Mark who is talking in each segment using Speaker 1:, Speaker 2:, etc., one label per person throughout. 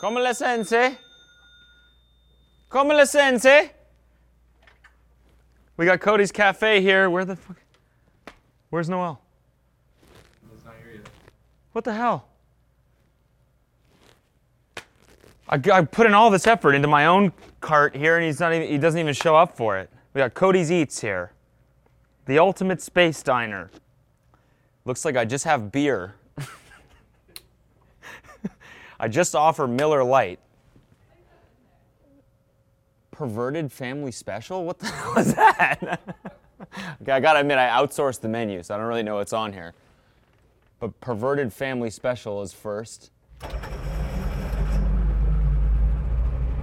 Speaker 1: Come la sensei. Come la sensei. We got Cody's Cafe here. Where the fuck? Where's Noel? What the hell? I, I put in all this effort into my own cart here, and he's not even, he doesn't even show up for it. We got Cody's Eats here, the ultimate space diner. Looks like I just have beer. I just offer Miller Lite. Perverted family special? What the hell is that? okay, I gotta admit, I outsourced the menu, so I don't really know what's on here. But perverted family special is first.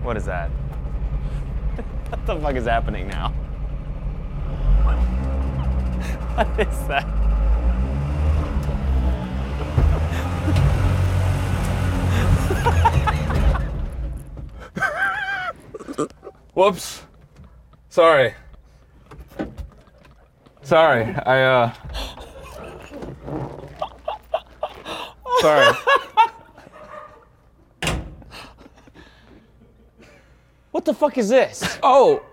Speaker 1: What is that? what the fuck is happening now? what is that?
Speaker 2: Whoops. Sorry. Sorry. I uh Sorry.
Speaker 1: What the fuck is this?
Speaker 2: Oh.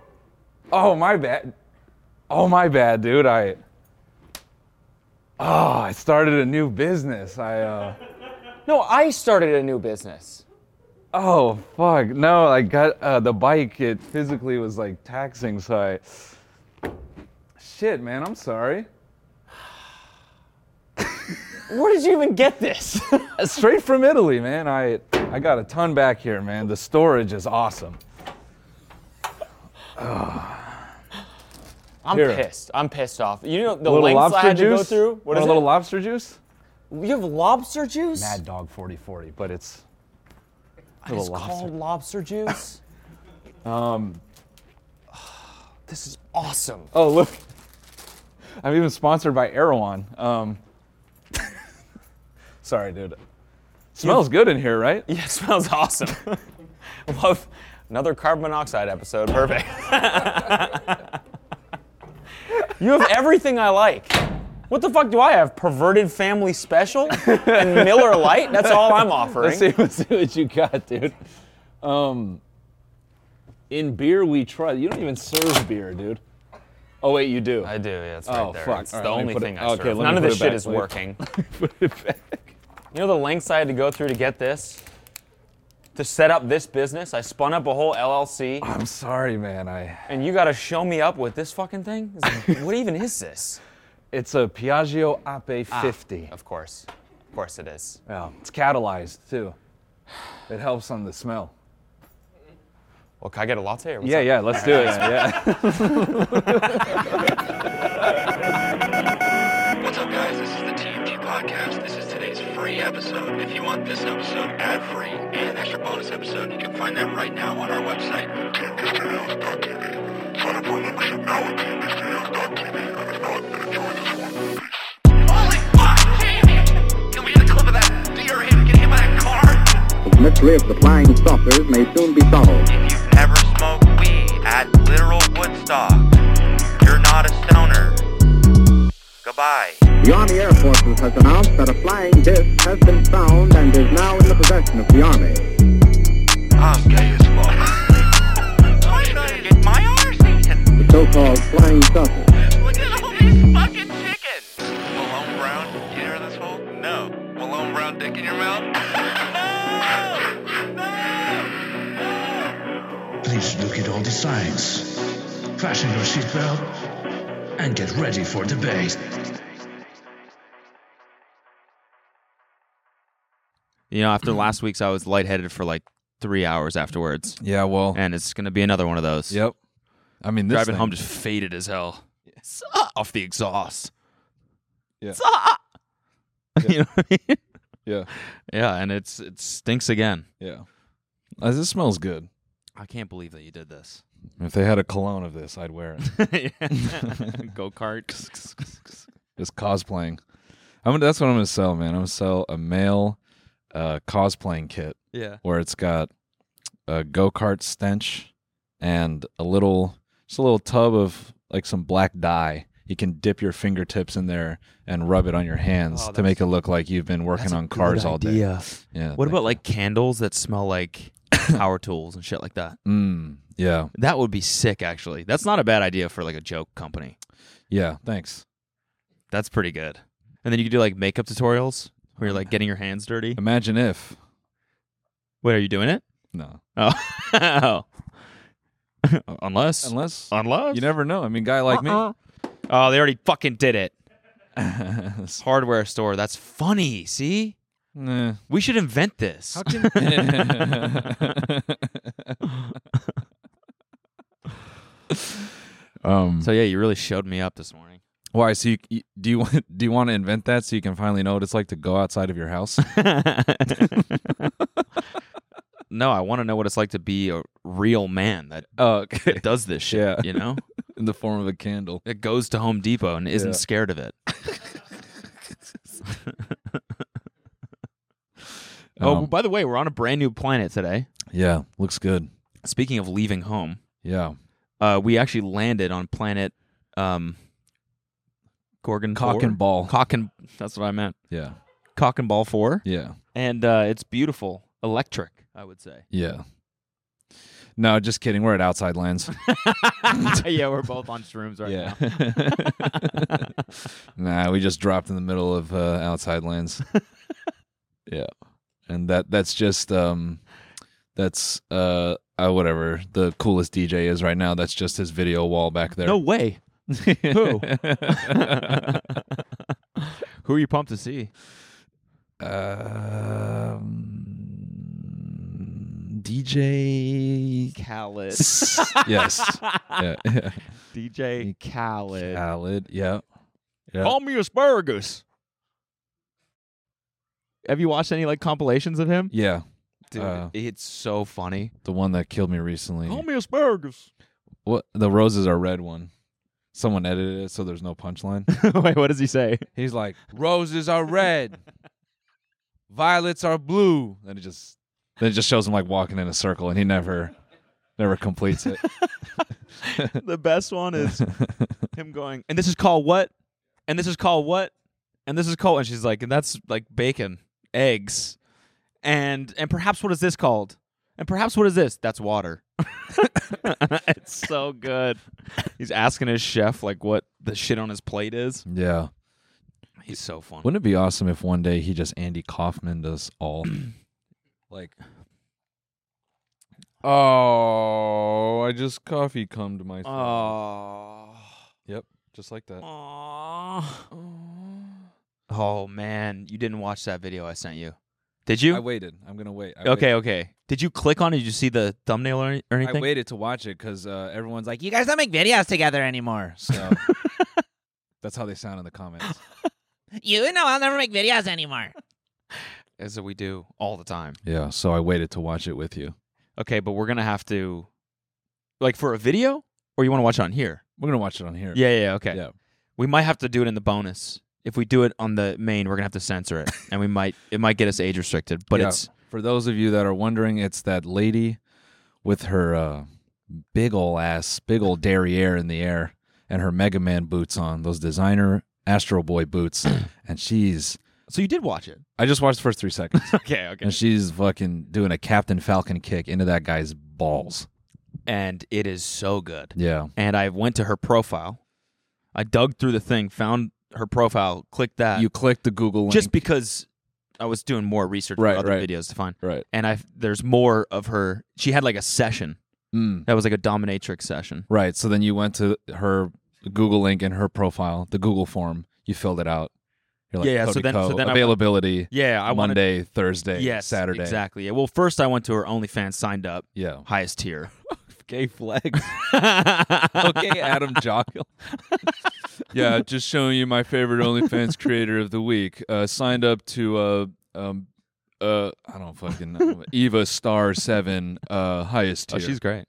Speaker 2: Oh, my bad. Oh, my bad, dude. I Oh, I started a new business. I uh
Speaker 1: No, I started a new business.
Speaker 2: Oh fuck! No, I got uh, the bike. It physically was like taxing, so I. Shit, man, I'm sorry.
Speaker 1: Where did you even get this?
Speaker 2: Uh, Straight from Italy, man. I I got a ton back here, man. The storage is awesome.
Speaker 1: I'm
Speaker 2: Here.
Speaker 1: pissed. I'm pissed off. You know the
Speaker 2: A little
Speaker 1: lengths I
Speaker 2: lobster
Speaker 1: had to go
Speaker 2: juice.
Speaker 1: through? What
Speaker 2: Want
Speaker 1: is
Speaker 2: a little
Speaker 1: it?
Speaker 2: lobster juice?
Speaker 1: you have lobster juice?
Speaker 2: Mad Dog 4040, but it's.
Speaker 1: it's
Speaker 2: little lobster.
Speaker 1: called lobster juice? um. This is awesome.
Speaker 2: Oh look, I'm even sponsored by Erewhon. Um. sorry, dude. Smells good in here, right?
Speaker 1: Yeah, it smells awesome. Love another carbon monoxide episode. Perfect. you have everything I like. What the fuck do I have? Perverted Family Special and Miller Lite? That's all I'm offering.
Speaker 2: Let's see, let's see what you got, dude. Um, in beer we trust. You don't even serve beer, dude. Oh wait, you do.
Speaker 1: I do, yeah, it's right
Speaker 2: Oh,
Speaker 1: there.
Speaker 2: fuck.
Speaker 1: It's
Speaker 2: All right,
Speaker 1: the
Speaker 2: let me
Speaker 1: only
Speaker 2: put it-
Speaker 1: thing I
Speaker 2: okay,
Speaker 1: serve.
Speaker 2: let
Speaker 1: None
Speaker 2: me
Speaker 1: of
Speaker 2: put
Speaker 1: this
Speaker 2: it
Speaker 1: shit
Speaker 2: back,
Speaker 1: is
Speaker 2: wait.
Speaker 1: working. You know the lengths I had to go through to get this? To set up this business? I spun up a whole LLC,
Speaker 2: I'm sorry, man. I.
Speaker 1: and you gotta show me up with this fucking thing? It's like, what even is this?
Speaker 2: It's a Piaggio Ape 50.
Speaker 1: Of course. Of course it is.
Speaker 2: Yeah, it's catalyzed too. It helps on the smell.
Speaker 1: Well, can I get a latte or what's
Speaker 2: Yeah,
Speaker 1: up?
Speaker 2: yeah. Let's do it. Yeah.
Speaker 3: What's up, guys? This is the TMG Podcast. This is today's free episode. If you want this episode ad free and extra bonus episode, you can find that right now on our website. TMGSTLs.tv. Sign up for a membership now at TMGSTLs.tv. And if not, then enjoy this one. Holy fuck, Jamie! Can we get a clip of that deer him get hit by that car?
Speaker 4: The mystery of the flying saucers may soon be solved.
Speaker 3: If you've never smoked weed at literal Woodstock, you're not a stoner. Goodbye.
Speaker 4: The Army Air Forces has announced that a flying disc has been found and is now in the possession of the Army.
Speaker 3: I'm gay as fuck. I'm gonna get my arse eaten.
Speaker 4: The so-called flying saucer.
Speaker 3: Look at all these fucking chickens. Malone Brown, you hear this hole? No. Malone Brown dick in your mouth? no! No!
Speaker 5: Please look at all the signs. Fasten your seatbelt and get ready for debate.
Speaker 6: You know, after last week's, I was lightheaded for like three hours afterwards,
Speaker 2: yeah. Well.
Speaker 6: and it's gonna be another one of those.
Speaker 2: Yep. I mean, this
Speaker 6: driving
Speaker 2: thing-
Speaker 6: home just faded as hell. Suck Off the exhaust.
Speaker 2: Yeah.
Speaker 6: Suck.
Speaker 1: you know what I mean?
Speaker 2: Yeah.
Speaker 1: Yeah, and it's it stinks again.
Speaker 2: Yeah. Uh, this smells good.
Speaker 1: I can't believe that you did this.
Speaker 2: If they had a cologne of this, I'd wear it.
Speaker 1: Go kart.
Speaker 2: Just cosplaying. I'm gonna, that's what I'm going to sell, man. I'm going to sell a male uh, cosplaying kit
Speaker 1: yeah.
Speaker 2: where it's got a go kart stench and a little, just a little tub of like some black dye. You can dip your fingertips in there and rub it on your hands to make it look like you've been working on cars all day.
Speaker 1: Yeah.
Speaker 2: Yeah.
Speaker 1: What
Speaker 2: thank-
Speaker 1: about like candles that smell like power tools and shit like that?
Speaker 2: Mm, yeah.
Speaker 1: That would be sick, actually. That's not a bad idea for like a joke company.
Speaker 2: Yeah. Thanks.
Speaker 1: That's pretty good. And then you could do like makeup tutorials where you're like getting your hands dirty.
Speaker 2: Imagine if.
Speaker 1: Wait, are you doing it?
Speaker 2: No.
Speaker 1: Oh. Unless.
Speaker 2: Unless.
Speaker 1: Unless.
Speaker 2: You never know. I mean, guy like me.
Speaker 1: Oh, they already fucking did it. Hardware store. That's funny. See?
Speaker 2: Nah.
Speaker 1: We should invent this.
Speaker 2: um.
Speaker 1: so yeah, you really showed me up this morning.
Speaker 2: Why? So you, you do you want do you want to invent that so you can finally know what it's like to go outside of your house?
Speaker 1: no, I want to know what it's like to be a real man that
Speaker 2: oh, okay.
Speaker 1: does this shit.
Speaker 2: Yeah.
Speaker 1: You know?
Speaker 2: In the form of a candle.
Speaker 1: That goes to Home Depot and isn't
Speaker 2: Yeah.
Speaker 1: scared of it. oh,
Speaker 2: Um,
Speaker 1: by the way, we're on a brand new planet today.
Speaker 2: Yeah. Looks good.
Speaker 1: Speaking of leaving home,
Speaker 2: Yeah.
Speaker 1: uh, we actually landed on planet um, Gorgon
Speaker 2: Cock
Speaker 1: 4?
Speaker 2: and ball.
Speaker 1: Cock and that's what I meant.
Speaker 2: Yeah.
Speaker 1: Cock and ball four,
Speaker 2: Yeah.
Speaker 1: and uh, it's beautiful, electric. I would say.
Speaker 2: Yeah. No, just kidding. We're at Outside Lands.
Speaker 1: yeah, we're both on shrooms right
Speaker 2: yeah.
Speaker 1: now.
Speaker 2: nah, we just dropped in the middle of uh, Outside Lands. yeah. And that that's just um that's uh, uh whatever the coolest DJ is right now. That's just his video wall back there.
Speaker 1: No way. Who? Who are you pumped to see?
Speaker 2: Um, DJ
Speaker 1: Khaled.
Speaker 2: Yes. Yeah.
Speaker 1: DJ Khaled.
Speaker 2: Khaled. Yeah. Yeah.
Speaker 1: Call me asparagus. Have you watched any like compilations of him?
Speaker 2: Yeah.
Speaker 1: Dude,
Speaker 2: Uh,
Speaker 1: it's so funny.
Speaker 2: The one that killed me recently.
Speaker 1: me asparagus.
Speaker 2: What the roses are red one. Someone edited it so there's no punchline.
Speaker 1: Wait, what does he say?
Speaker 2: He's like, roses are red, violets are blue. Then it just then it just shows him like walking in a circle, and he never never completes it.
Speaker 1: the best one is him going, and this is called what? And this is called what? And this is called, and she's like, and that's like bacon, eggs, and and perhaps what is this called? And perhaps what is this? That's water. it's so good. He's asking his chef like what the shit on his plate is.
Speaker 2: yeah.
Speaker 1: He's so fun.
Speaker 2: Wouldn't it be awesome if one day he just Andy Kaufman us all? like, oh, I just coffee cummed myself.
Speaker 1: Oh.
Speaker 2: yep, just like that.
Speaker 1: Oh man, you didn't watch that video I sent you. Did you?
Speaker 2: I waited. I'm gonna wait. I
Speaker 1: Okay, okay. Did you click on it? Did you see the thumbnail or, any- or
Speaker 2: waited. I
Speaker 1: anything?
Speaker 2: waited to watch it because uh, everyone's like, "You guys don't make videos together anymore." So that's how they sound in the comments.
Speaker 7: You know, I'll never make videos anymore.
Speaker 1: As we do all the time.
Speaker 2: Yeah. So I waited to watch it with you.
Speaker 1: Okay, but we're gonna have to, like, for a video, or you want to watch it on here?
Speaker 2: We're gonna watch it on here.
Speaker 1: Yeah, yeah, yeah, okay.
Speaker 2: Yeah.
Speaker 1: We might have to do it in the bonus. If we do it on the main, we're gonna have to censor it, and we might it might get us age restricted. But
Speaker 2: Yeah.
Speaker 1: it's
Speaker 2: for those of you that are wondering, it's that lady with her uh, big ol' ass, big ol' derriere in the air, and her Mega Man boots on, those designer Astro Boy boots, and she's.
Speaker 1: so you did watch it.
Speaker 2: I just watched the first three seconds,
Speaker 1: Okay, okay.
Speaker 2: and she's fucking doing a Captain Falcon kick into that guy's balls.
Speaker 1: And it is so good.
Speaker 2: Yeah,
Speaker 1: And I went to her profile. I dug through the thing, found her profile, clicked that.
Speaker 2: you click the Google link.
Speaker 1: just because I was doing more research
Speaker 2: Right,
Speaker 1: for other
Speaker 2: right.
Speaker 1: videos to find.
Speaker 2: right.
Speaker 1: And I there's more of her. She had like a session
Speaker 2: Mm.
Speaker 1: that was like a dominatrix session.
Speaker 2: Right. So then you went to her Google link and her profile, the Google form. You filled it out. You're like,
Speaker 1: Yeah, yeah, so
Speaker 2: Cody
Speaker 1: then- so
Speaker 2: Ko,
Speaker 1: then I went-
Speaker 2: availability
Speaker 1: Yeah, I wanted-
Speaker 2: Monday, Thursday,
Speaker 1: yes,
Speaker 2: Saturday.
Speaker 1: exactly. Yeah, well, first I went to her OnlyFans, signed up,
Speaker 2: Yeah.
Speaker 1: highest tier. Oh,
Speaker 2: Gay flags.
Speaker 1: okay,
Speaker 2: okay, Adam Jockel. yeah, just showing you my favorite OnlyFans creator of the week. Uh, signed up to uh, um, uh, I don't fucking know, Eva Star Seven, uh, highest tier.
Speaker 1: Oh, she's great.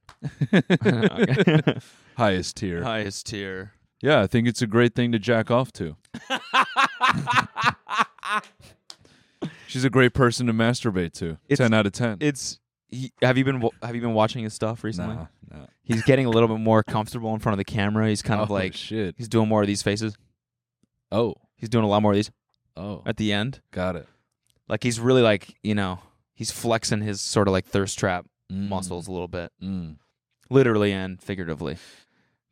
Speaker 2: highest tier.
Speaker 1: Highest tier.
Speaker 2: Yeah, I think it's a great thing to jack off to. she's a great person to masturbate to.
Speaker 1: It's-
Speaker 2: ten out of ten.
Speaker 1: It's. He, have you been wa- Have you been watching his stuff recently?
Speaker 2: nah, nah.
Speaker 1: He's getting a little bit more comfortable in front of the camera. He's kind of
Speaker 2: Oh,
Speaker 1: like
Speaker 2: shit.
Speaker 1: he's doing more of these faces.
Speaker 2: Oh,
Speaker 1: He's doing a lot more of these
Speaker 2: oh,
Speaker 1: at the end.
Speaker 2: got it.
Speaker 1: Like he's really like you know he's flexing his sort of like thirst trap
Speaker 2: Mm.
Speaker 1: muscles a little bit.
Speaker 2: Mm.
Speaker 1: literally and figuratively.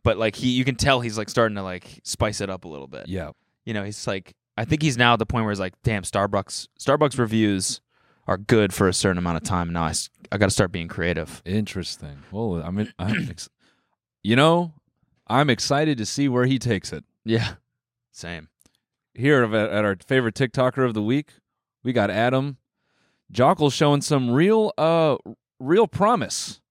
Speaker 1: But like he, you can tell he's like starting to like spice it up a little bit.
Speaker 2: Yeah.
Speaker 1: You know, he's like, I think he's now at the point where he's like, damn, Starbucks, Starbucks reviews are good for a certain amount of time. Now I, s- I got to start being creative.
Speaker 2: Interesting. Well, I mean, I'm ex- you know, I'm excited to see where he takes it.
Speaker 1: Yeah. Same.
Speaker 2: Here of- at our favorite TikToker of the week, we got Adam Jockle showing some real, uh, real promise.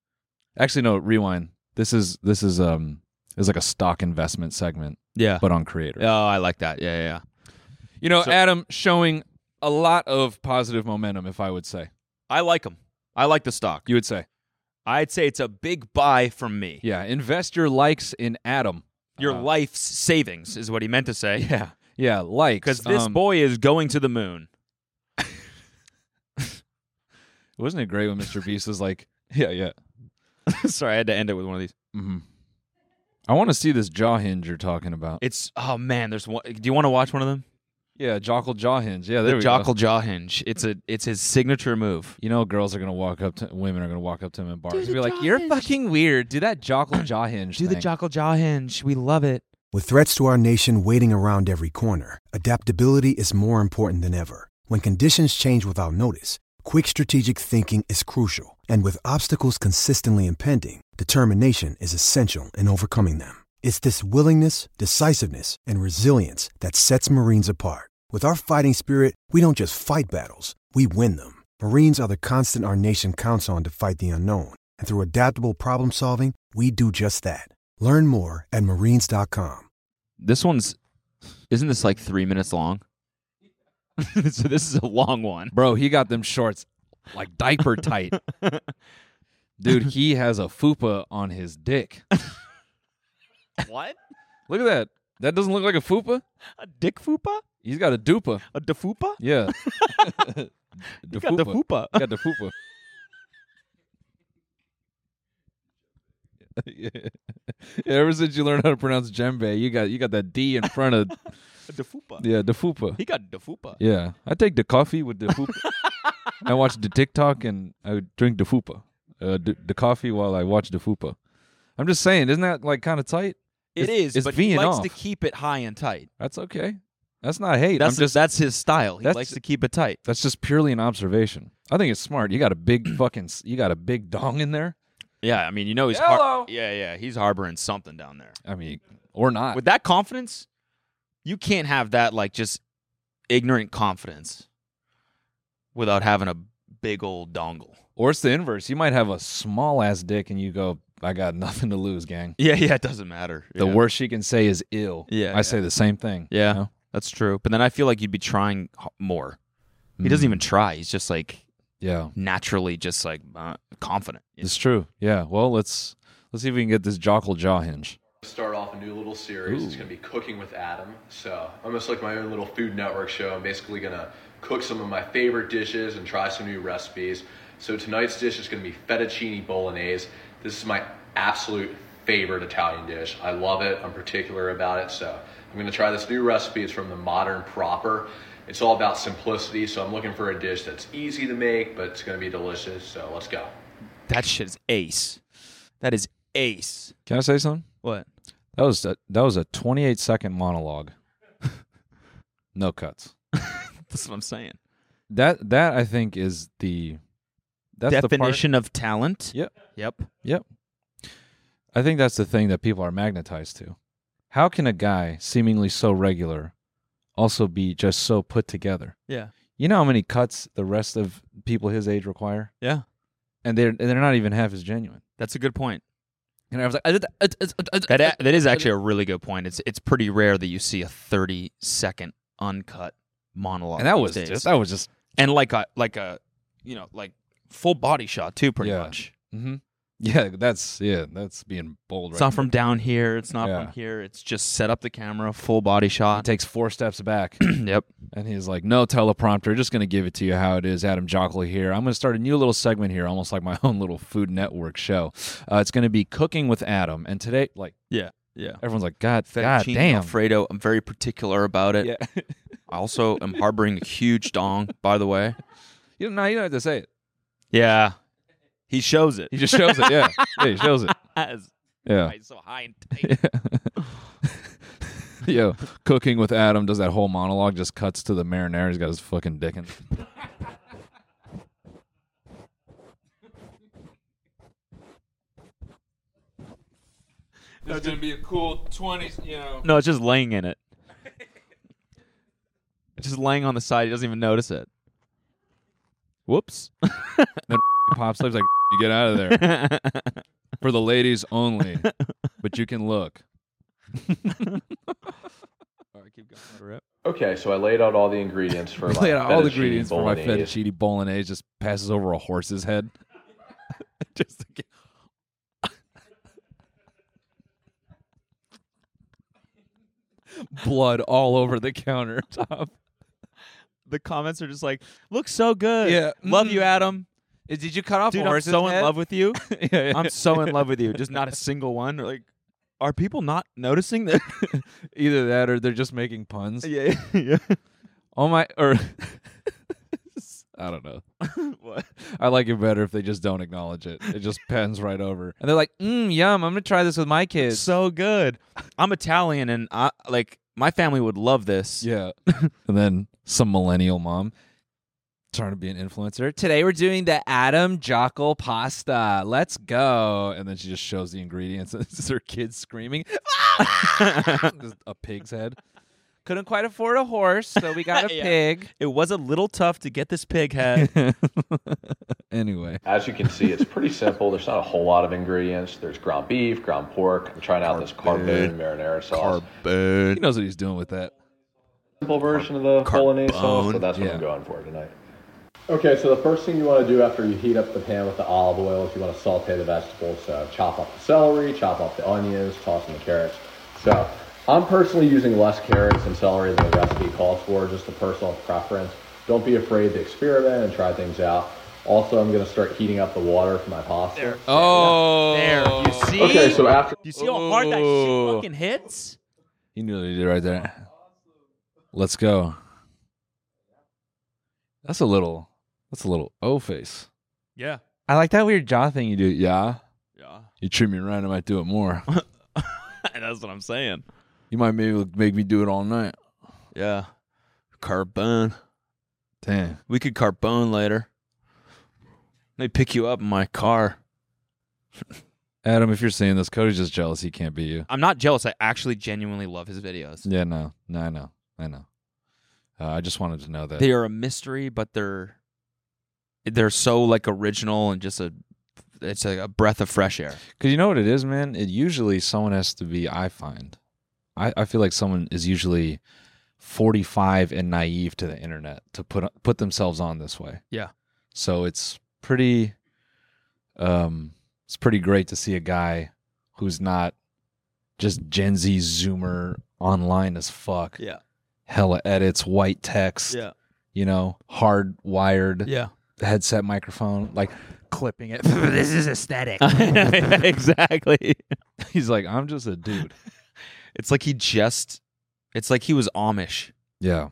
Speaker 2: Actually, no, rewind. This is this is um is like a stock investment segment,
Speaker 1: Yeah.
Speaker 2: but on creator.
Speaker 1: oh, I like that. Yeah, yeah, yeah.
Speaker 2: You know,
Speaker 1: So-
Speaker 2: Adam showing a lot of positive momentum. If I would say,
Speaker 1: I like him. I like the stock.
Speaker 2: you would say,
Speaker 1: I'd say it's a big buy from me.
Speaker 2: yeah, invest your likes in Adam.
Speaker 1: Your
Speaker 2: Uh,
Speaker 1: life's savings is what he meant to say.
Speaker 2: Yeah, yeah, likes
Speaker 1: Because this
Speaker 2: Um,
Speaker 1: boy is going to the moon.
Speaker 2: Wasn't it great when Mr. Beast was like, "Yeah, yeah."
Speaker 1: Sorry, I had to end it with one of these.
Speaker 2: hmm I want to see this jaw hinge you're talking about.
Speaker 1: It's oh man, there's one. Do you want to watch one of them?
Speaker 2: yeah, jockle jaw hinge. Yeah, there
Speaker 1: the
Speaker 2: we
Speaker 1: Jockle
Speaker 2: go.
Speaker 1: Jaw Hinge. It's a it's his signature move.
Speaker 2: You know, girls are gonna walk up to women are gonna walk up to him in bars and be like, "You're fucking weird. Do that jockle jaw hinge.
Speaker 1: Do the
Speaker 2: thing."
Speaker 1: Jockle Jaw Hinge. We love it.
Speaker 8: With threats to our nation waiting around every corner, adaptability is more important than ever. When conditions change without notice, quick strategic thinking is crucial. And with obstacles consistently impending, determination is essential in overcoming them. It's this willingness, decisiveness, and resilience that sets Marines apart. With our fighting spirit, we don't just fight battles, we win them. Marines are the constant our nation counts on to fight the unknown. And through adaptable problem solving, we do just that. Learn more at marines.com.
Speaker 1: This one's isn't this like three minutes long? so this is a long one.
Speaker 2: Bro, he got them shorts like diaper tight. Dude, he has a fupa on his dick.
Speaker 1: What?
Speaker 2: Look at that. That doesn't look like a fupa.
Speaker 1: A dick fupa?
Speaker 2: He's got a dupa.
Speaker 1: A defupa?
Speaker 2: Yeah. the
Speaker 1: You got
Speaker 2: fupa.
Speaker 1: defupa.
Speaker 2: I got the fupa. yeah. Ever since you learned how to pronounce djembe, you got you got that D in front of
Speaker 1: A defupa.
Speaker 2: yeah the fupa.
Speaker 1: He got defupa.
Speaker 2: Yeah, I take the coffee with the fupa. I watch the TikTok and I would drink the fupa, uh, the, the coffee while I watch the fupa. I'm just saying, isn't that like kind of tight?
Speaker 1: It
Speaker 2: It's-
Speaker 1: is,
Speaker 2: it's
Speaker 1: but
Speaker 2: V'ing
Speaker 1: he likes
Speaker 2: off.
Speaker 1: to keep it high and tight.
Speaker 2: That's okay. That's not hate.
Speaker 1: That's
Speaker 2: I'm just
Speaker 1: that's his style. He
Speaker 2: that's-
Speaker 1: likes to keep it tight.
Speaker 2: that's just purely an observation. I think it's smart. You got a big fucking s- you got a big dong in there.
Speaker 1: Yeah, I mean, you know he's har- yeah, yeah, he's harboring something down there.
Speaker 2: I mean, or not.
Speaker 1: with that confidence, you can't have that like just ignorant confidence without having a big old dongle.
Speaker 2: Or it's the inverse. You might have a small ass dick and you go, I got nothing to lose, gang.
Speaker 1: Yeah, yeah, it doesn't matter.
Speaker 2: The
Speaker 1: yeah.
Speaker 2: worst she can say is ill.
Speaker 1: Yeah,
Speaker 2: I say the same thing.
Speaker 1: Yeah,
Speaker 2: you know?
Speaker 1: that's true. But then I feel like you'd be trying h- more. He doesn't
Speaker 2: Mm.
Speaker 1: even try. He's just like
Speaker 2: Yeah.
Speaker 1: naturally just like uh, confident.
Speaker 2: It's true. Yeah. Well, let's let's see if we can get this jockle jaw hinge.
Speaker 9: start off a new little series. It's
Speaker 2: Ooh.
Speaker 9: going to be cooking with Adam. So almost like my own little Food Network show. I'm basically going to cook some of my favorite dishes and try some new recipes. So tonight's dish is going to be fettuccine bolognese. This is my absolute favorite Italian dish. I love it. I'm particular about it. So I'm going to try this new recipe. It's from the Modern Proper. It's all about simplicity. So I'm looking for a dish that's easy to make, but it's going to be delicious. So let's go.
Speaker 1: That shit is ace. That is ace.
Speaker 2: Can I say something?
Speaker 1: What?
Speaker 2: That was a, that was a 28 second monologue. no cuts.
Speaker 1: That's what I'm saying.
Speaker 2: That that I think is the that's the part-
Speaker 1: Definition of talent.
Speaker 2: Yep.
Speaker 1: Yep.
Speaker 2: Yep. I think that's the thing that people are magnetized to. How can a guy seemingly so regular also be just so put together?
Speaker 1: Yeah.
Speaker 2: You know how many cuts the rest of people his age require?
Speaker 1: Yeah.
Speaker 2: And they're and they're not even half as genuine.
Speaker 1: That's a good point.
Speaker 2: And I was like, that,
Speaker 1: That that is actually a really good point. It's it's pretty rare that you see a thirty second uncut monologue.
Speaker 2: and that was
Speaker 1: these days.
Speaker 2: just, that was just,
Speaker 1: and like a like a you know like full body shot too, pretty
Speaker 2: Yeah.
Speaker 1: much.
Speaker 2: hmm yeah, that's yeah, that's being bold.
Speaker 1: It's
Speaker 2: right
Speaker 1: not from down here. It's not
Speaker 2: Yeah.
Speaker 1: from here. It's just set up the camera, full body
Speaker 2: He
Speaker 1: shot.
Speaker 2: takes four steps back
Speaker 1: yep.
Speaker 2: and he's like, No teleprompter, just going to give it to you how it is. Adam Jockley here. I'm going to start a new little segment here, almost like my own little Food Network show. Uh, it's going to be Cooking with Adam. And today, like,
Speaker 1: Yeah. Yeah.
Speaker 2: everyone's like, God, God
Speaker 1: Fettuccine
Speaker 2: damn.
Speaker 1: Alfredo. I'm very particular about it.
Speaker 2: Yeah.
Speaker 1: I also am harboring a huge dong, by the way.
Speaker 2: you don't, no, you don't have to say it.
Speaker 1: Yeah. He shows it.
Speaker 2: He just shows it. Yeah. yeah he shows it.
Speaker 1: As
Speaker 2: Yeah.
Speaker 1: so high and tight.
Speaker 2: Yo, Cooking with Adam does that whole monologue, just cuts to the marinara. He's got his fucking dick in.
Speaker 1: That's gonna be a cool twenties, you know. No, it's just laying in it. It's just laying on the side. He doesn't even notice it. Whoops.
Speaker 2: Pops up. He's like, You get out of there. for the ladies only, but you can look.
Speaker 9: Okay, so I laid out all the ingredients for my
Speaker 2: Play out all the
Speaker 9: fettuccine
Speaker 2: ingredients for my
Speaker 9: bolognese.
Speaker 2: fettuccine bolognese. Just passes over a horse's head.
Speaker 1: just again.
Speaker 2: Blood all over the countertop.
Speaker 1: The comments are just like, "Looks so good.
Speaker 2: Yeah. mm.
Speaker 1: love you, Adam.
Speaker 2: Did you cut off
Speaker 1: Mm-hmm. Dude, I'm so in love with you.
Speaker 2: yeah, yeah.
Speaker 1: I'm so in love with you. Just not a single one. Or like, are people not noticing that?
Speaker 2: Either that or they're just making puns.
Speaker 1: yeah, yeah.
Speaker 2: Oh my, or I don't know.
Speaker 1: What?
Speaker 2: I like it better if they just don't acknowledge it. It just pans right over, and they're like, mm, "Yum, I'm gonna try this with my kids."
Speaker 1: So good. I'm Italian, and I like my family would love this.
Speaker 2: Yeah. and then some millennial mom trying to be an influencer. Today we're doing the Adam Jockle pasta. Let's go. And then she just shows the ingredients. and It's her kids screaming. "Ah!" Just a pig's head. Couldn't quite afford a horse, so we got a pig.
Speaker 1: It was a little tough to get this pig head.
Speaker 2: Anyway.
Speaker 9: As you can see, it's pretty simple. There's not a whole lot of ingredients. There's ground beef, ground pork. I'm trying out this carbon marinara sauce.
Speaker 2: He knows what he's doing with that.
Speaker 9: simple version of the bolognese sauce, so that's what
Speaker 2: Yeah.
Speaker 9: I'm going for tonight. Okay, so the first thing you want to do after you heat up the pan with the olive oil is you want to saute the vegetables. So chop up the celery, chop up the onions, toss in the carrots. So I'm personally using less carrots and celery than the recipe calls for, just a personal preference. Don't be afraid to experiment and try things out. Also, I'm going to start heating up the water for my pasta.
Speaker 2: Oh.
Speaker 1: You see?
Speaker 9: Okay, so after
Speaker 1: you see how hard that shit
Speaker 2: Ooh.
Speaker 1: fucking hits?
Speaker 2: He knew what he did right there. Let's go. That's a little that's a little O face.
Speaker 1: Yeah.
Speaker 2: I like that weird jaw thing you do. Yeah.
Speaker 1: Yeah.
Speaker 2: You treat me right, I might do it more.
Speaker 1: That's what I'm saying.
Speaker 2: you might maybe make me do it all night.
Speaker 1: Yeah. Carbone.
Speaker 2: Damn.
Speaker 1: We could carbone later. Let me pick you up in my car.
Speaker 2: Adam, if you're seeing this, Cody's just jealous he can't be you.
Speaker 1: I'm not jealous. I actually genuinely love his videos.
Speaker 2: Yeah, no. No, I know. I know. Uh, I just wanted to know that.
Speaker 1: They are a mystery, but they're they're so like original and just a it's like a breath of fresh air.
Speaker 2: Because you know what it is, man? It usually someone has to be, I find. I, I feel like someone is usually 45 and naive to the internet to put put themselves on this way.
Speaker 1: Yeah.
Speaker 2: So it's pretty um it's pretty great to see a guy who's not just Gen Z zoomer online as fuck.
Speaker 1: Yeah.
Speaker 2: Hella edits, white text, you know, hardwired
Speaker 1: Yeah.
Speaker 2: headset microphone, like clipping it.
Speaker 7: This is aesthetic.
Speaker 1: exactly.
Speaker 2: He's like, I'm just a dude.
Speaker 1: It's like he just it's like he was Amish
Speaker 2: Yeah.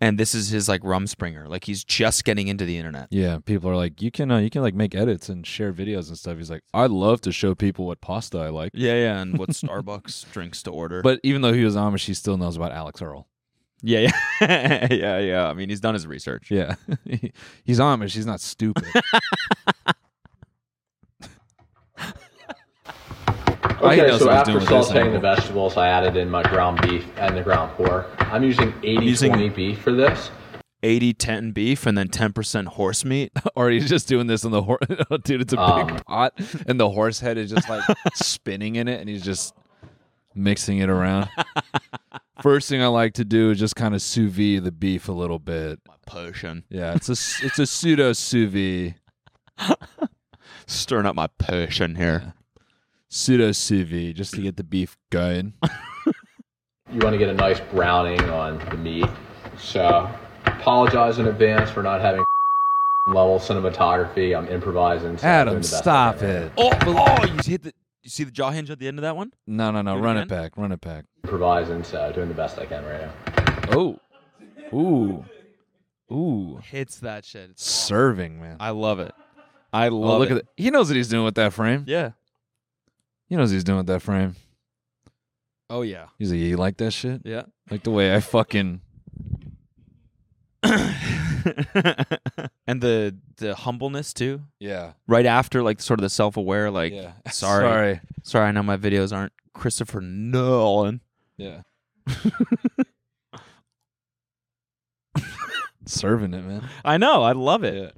Speaker 1: and this is his like rumspringer. Like he's just getting into the internet.
Speaker 2: Yeah, people are like, you can uh, you can like make edits and share videos and stuff. He's like, I love to show people what pasta I like.
Speaker 1: Yeah, yeah, and what Starbucks drinks to order.
Speaker 2: But even though he was Amish, he still knows about Alex Earl.
Speaker 1: yeah, yeah, yeah, yeah. I mean, he's done his research.
Speaker 2: Yeah, he's Amish. He's not stupid. I
Speaker 9: Okay,
Speaker 2: know
Speaker 9: so
Speaker 2: what he's
Speaker 9: after
Speaker 2: doing with this
Speaker 9: sauteing the
Speaker 2: angle.
Speaker 9: vegetables, I added in my ground beef and the ground pork. I'm using 80
Speaker 1: using-
Speaker 9: 20 beef for this.
Speaker 1: 80 10 beef and then 10% horse meat?
Speaker 2: or he's just doing this in the horse. Dude, it's a
Speaker 1: Um.
Speaker 2: big pot, and the horse head is just like spinning in it, and he's just mixing it around. First thing I like to do is just kind of sous vide the beef a little bit. My
Speaker 1: potion.
Speaker 2: Yeah, it's a s- it's a pseudo sous vide.
Speaker 1: Stirring up my potion here.
Speaker 2: Pseudo sous vide, just to get the beef going.
Speaker 9: You want to get a nice browning on the meat. So, apologize in advance for not having level cinematography. I'm improvising. so I'm
Speaker 2: Adam,
Speaker 9: doing the best I
Speaker 2: stop
Speaker 9: can.
Speaker 2: it.
Speaker 1: Oh, oh, you hit the you see the jaw hinge at the end of that one?
Speaker 2: No, no, no.
Speaker 1: Do it
Speaker 2: Run it
Speaker 1: again?
Speaker 2: back. Run it back.
Speaker 9: Improvising, so doing the best I can right now.
Speaker 2: Oh. Ooh. Ooh.
Speaker 1: Hits that shit. It's Oh,
Speaker 2: Serving, man. Oh,
Speaker 1: I love it. I love
Speaker 2: look
Speaker 1: it.
Speaker 2: at the, He knows what he's doing with that frame.
Speaker 1: Yeah.
Speaker 2: He knows what he's doing with that frame.
Speaker 1: Oh yeah.
Speaker 2: He's like, you like that shit?
Speaker 1: Yeah.
Speaker 2: Like the way I fucking
Speaker 1: and the the humbleness too.
Speaker 2: Yeah.
Speaker 1: Right after like sort of the self aware like
Speaker 2: Yeah.
Speaker 1: sorry.
Speaker 2: Sorry.
Speaker 1: Sorry, I know my videos aren't Christopher Nolan.
Speaker 2: Yeah. serving it, man.
Speaker 1: I know, I love it.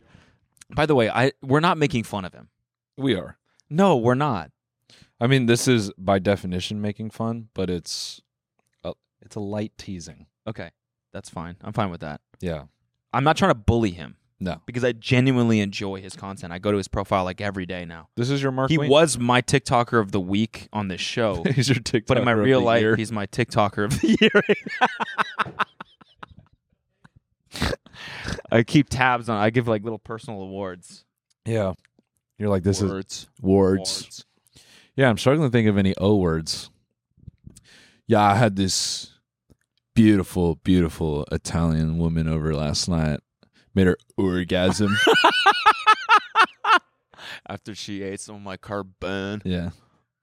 Speaker 1: By the way, I we're not making fun of him.
Speaker 2: We are.
Speaker 1: No, we're not.
Speaker 2: I mean, this is by definition making fun, but it's a, it's a light teasing.
Speaker 1: Okay. That's fine. I'm fine with that.
Speaker 2: Yeah.
Speaker 1: I'm not trying to bully him.
Speaker 2: No.
Speaker 1: Because I genuinely enjoy his content. I go to his profile like every day now.
Speaker 2: This is your Mark
Speaker 1: He
Speaker 2: Wayne?
Speaker 1: was my TikToker of the week on this show.
Speaker 2: He's your
Speaker 1: But in my
Speaker 2: TikToker of
Speaker 1: real
Speaker 2: the
Speaker 1: life,
Speaker 2: year.
Speaker 1: he's my TikToker of the year. I keep tabs on. I give like little personal awards.
Speaker 2: Yeah. You're like this
Speaker 1: Words.
Speaker 2: is words.
Speaker 1: Words.
Speaker 2: Yeah, I'm struggling to think of any O words. Yeah, I had this beautiful, beautiful Italian woman over last night. Made her orgasm.
Speaker 1: After she ate some of my carbon
Speaker 2: yeah.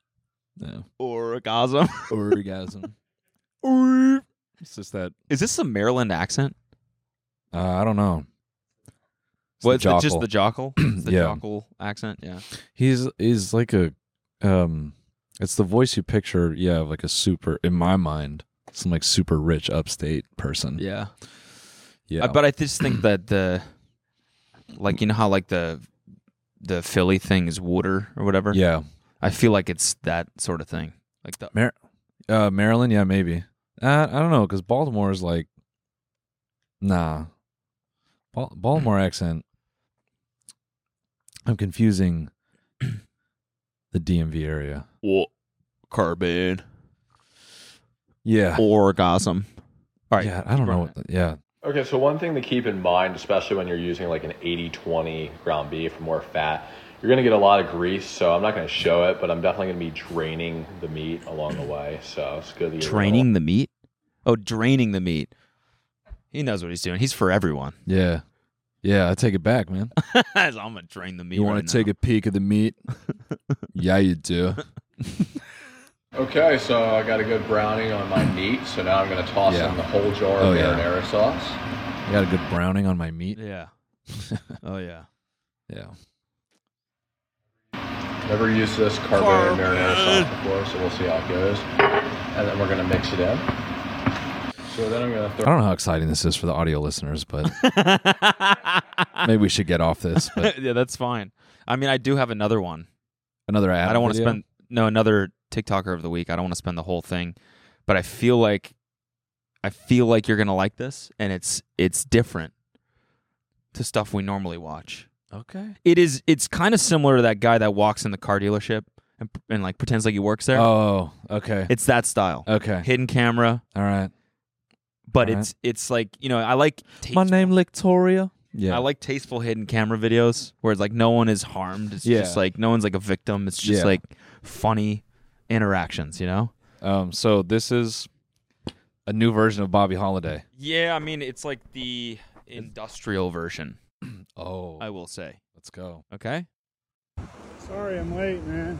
Speaker 2: No.
Speaker 1: orgasm.
Speaker 2: Orgasm. It's just that
Speaker 1: Is this a Maryland accent?
Speaker 2: uh, I don't know. It's
Speaker 1: Well, it's the- just
Speaker 2: jockle.
Speaker 1: the jockle? It's the
Speaker 2: Yeah.
Speaker 1: jockle accent? Yeah.
Speaker 2: He's he's like a um it's the voice you picture, yeah, of like a super in my mind, some like super rich upstate person.
Speaker 1: Yeah.
Speaker 2: Yeah.
Speaker 1: Uh, but I just think that the, like you know how like the, the Philly thing is water or whatever.
Speaker 2: Yeah.
Speaker 1: I feel like it's that sort of thing. Like the
Speaker 2: Mar- uh, Maryland, yeah, maybe. Uh, I don't know because Baltimore is like, nah. Bal- Baltimore accent. I'm confusing the DMV area.
Speaker 1: Wha- carbon
Speaker 2: Yeah,
Speaker 1: orgasm. All right.
Speaker 2: yeah. I don't know what. The, yeah,
Speaker 9: Okay, so one thing to keep in mind, especially when you're using like an 80 20 ground beef or more fat, you're gonna get a lot of grease, so I'm not gonna show it, but I'm definitely gonna be draining the meat along the way. So it's good that you're
Speaker 1: Draining the meat. Oh, draining the meat. He knows what he's doing. He's for everyone.
Speaker 2: yeah, yeah. I take it back, man.
Speaker 1: I'm gonna drain the meat.
Speaker 2: You want to take a peek of the meat? yeah, you do.
Speaker 9: Okay, so I got a good browning on my meat, so now I'm gonna toss
Speaker 2: Yeah.
Speaker 9: in the whole jar
Speaker 2: Oh,
Speaker 9: of
Speaker 2: yeah.
Speaker 9: marinara sauce.
Speaker 2: I got a good browning on my meat.
Speaker 1: Yeah. oh yeah.
Speaker 2: Yeah.
Speaker 9: Never used this carbon marinara sauce before, so we'll see how it goes. And then we're gonna mix it in. So then I'm gonna
Speaker 2: I
Speaker 9: throw
Speaker 2: don't know how exciting this is for the audio listeners, but maybe we should get off this. But
Speaker 1: yeah, that's fine. I mean, I do have another one.
Speaker 2: another ad.
Speaker 1: I don't
Speaker 2: want
Speaker 1: want to spend no another TikToker of the week. I don't want to spend the whole thing, but I feel like I feel like you're gonna like this, and it's it's different to stuff we normally watch.
Speaker 2: Okay.
Speaker 1: It is it's kind of similar to that guy that walks in the car dealership and, and like pretends like he works there.
Speaker 2: Oh, okay.
Speaker 1: It's that style,
Speaker 2: Okay.
Speaker 1: hidden camera,
Speaker 2: All right.
Speaker 1: but
Speaker 2: All right.
Speaker 1: it's it's like you know I like
Speaker 2: My
Speaker 1: tasteful,
Speaker 2: name Victoria. Yeah.
Speaker 1: I like tasteful hidden camera videos where it's like no one is harmed. It's
Speaker 2: Yeah.
Speaker 1: just like no one's like a victim. It's just
Speaker 2: Yeah.
Speaker 1: like funny interactions, you know.
Speaker 2: um. So this is a new version of Bobby Holiday.
Speaker 1: Yeah, I mean it's like the industrial version,
Speaker 2: Oh.
Speaker 1: I will say.
Speaker 2: let's go.
Speaker 1: Okay?
Speaker 4: Sorry I'm late, man.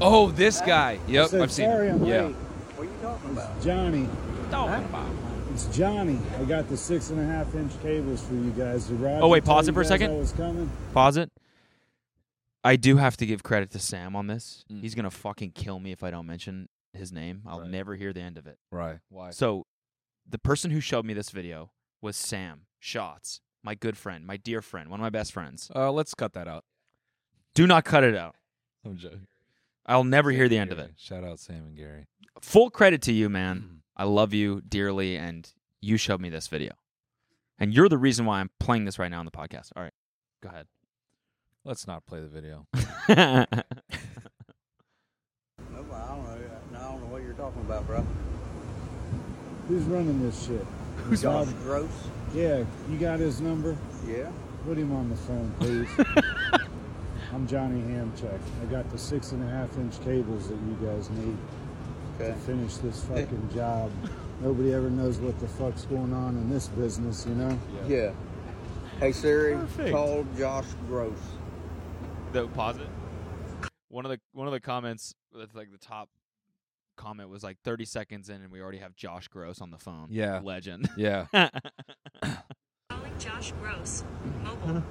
Speaker 2: Oh, this guy.
Speaker 4: I
Speaker 2: Yep,
Speaker 4: said,
Speaker 2: I've seen.
Speaker 4: Sorry
Speaker 2: him.
Speaker 4: I'm
Speaker 2: yeah.
Speaker 4: late. What are you talking about? It's Johnny. It's Johnny. I got the six and a half inch cables for you guys. Did Roger
Speaker 1: Oh, wait,
Speaker 4: tell
Speaker 1: pause
Speaker 4: you
Speaker 1: it for a
Speaker 4: guys
Speaker 1: second?
Speaker 4: I was coming.
Speaker 1: Pause it. I do have to give credit to Sam on this. He's going to fucking kill me if I don't mention his name. I'll never hear the end of it.
Speaker 2: Right. Why?
Speaker 1: So, the person who showed me this video was Sam shots. My good friend, my dear friend, one of my best friends.
Speaker 2: Uh, let's cut that out.
Speaker 1: Do not cut it out.
Speaker 2: I'm joking.
Speaker 1: I'll never hear the end of it.
Speaker 2: Shout out Sam and Gary.
Speaker 1: Full credit to you, man. I love you dearly, and you showed me this video. And you're the reason why I'm playing this right now on the podcast. All right, go ahead.
Speaker 2: Let's not play the video.
Speaker 10: No, I don't know. I don't know what you're talking about, bro.
Speaker 4: Who's running this shit?
Speaker 10: Who's Josh Gross?
Speaker 4: Yeah, you got his number?
Speaker 10: Yeah.
Speaker 4: Put him on the phone, please. I'm Johnny Hamcheck. I got the six and a half inch cables that you guys need to finish this fucking job. Nobody ever knows what the fuck's going on in this business, you know?
Speaker 10: Yeah. Hey Siri,
Speaker 4: Perfect.
Speaker 10: call Josh Gross.
Speaker 1: the pause it. One of the one of the comments, that's like the top comment, was like 30 seconds in, and we already have Josh Gross on the phone.
Speaker 2: Yeah.
Speaker 1: legend.
Speaker 2: Yeah.
Speaker 11: Calling Josh Gross. Mobile.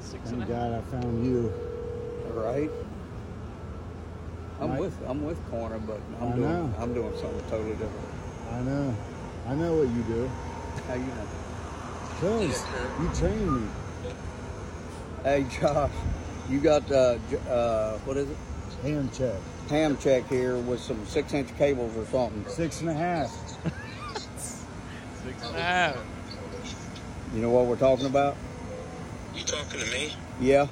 Speaker 4: Thank God I found you.
Speaker 10: Right? I'm
Speaker 4: Right.
Speaker 10: with I'm with Corner, but I'm
Speaker 4: I
Speaker 10: doing
Speaker 4: know.
Speaker 10: I'm doing something totally different.
Speaker 4: I know. I know what you do.
Speaker 10: How you know?
Speaker 4: Cause you train me.
Speaker 10: Hey Josh, you got uh, J- uh what is it?
Speaker 4: Ham check.
Speaker 10: Ham check here with some six inch cables or something.
Speaker 4: Six and a half.
Speaker 1: Six and a half.
Speaker 10: You know what we're talking about?
Speaker 12: You talking to me?
Speaker 10: Yeah.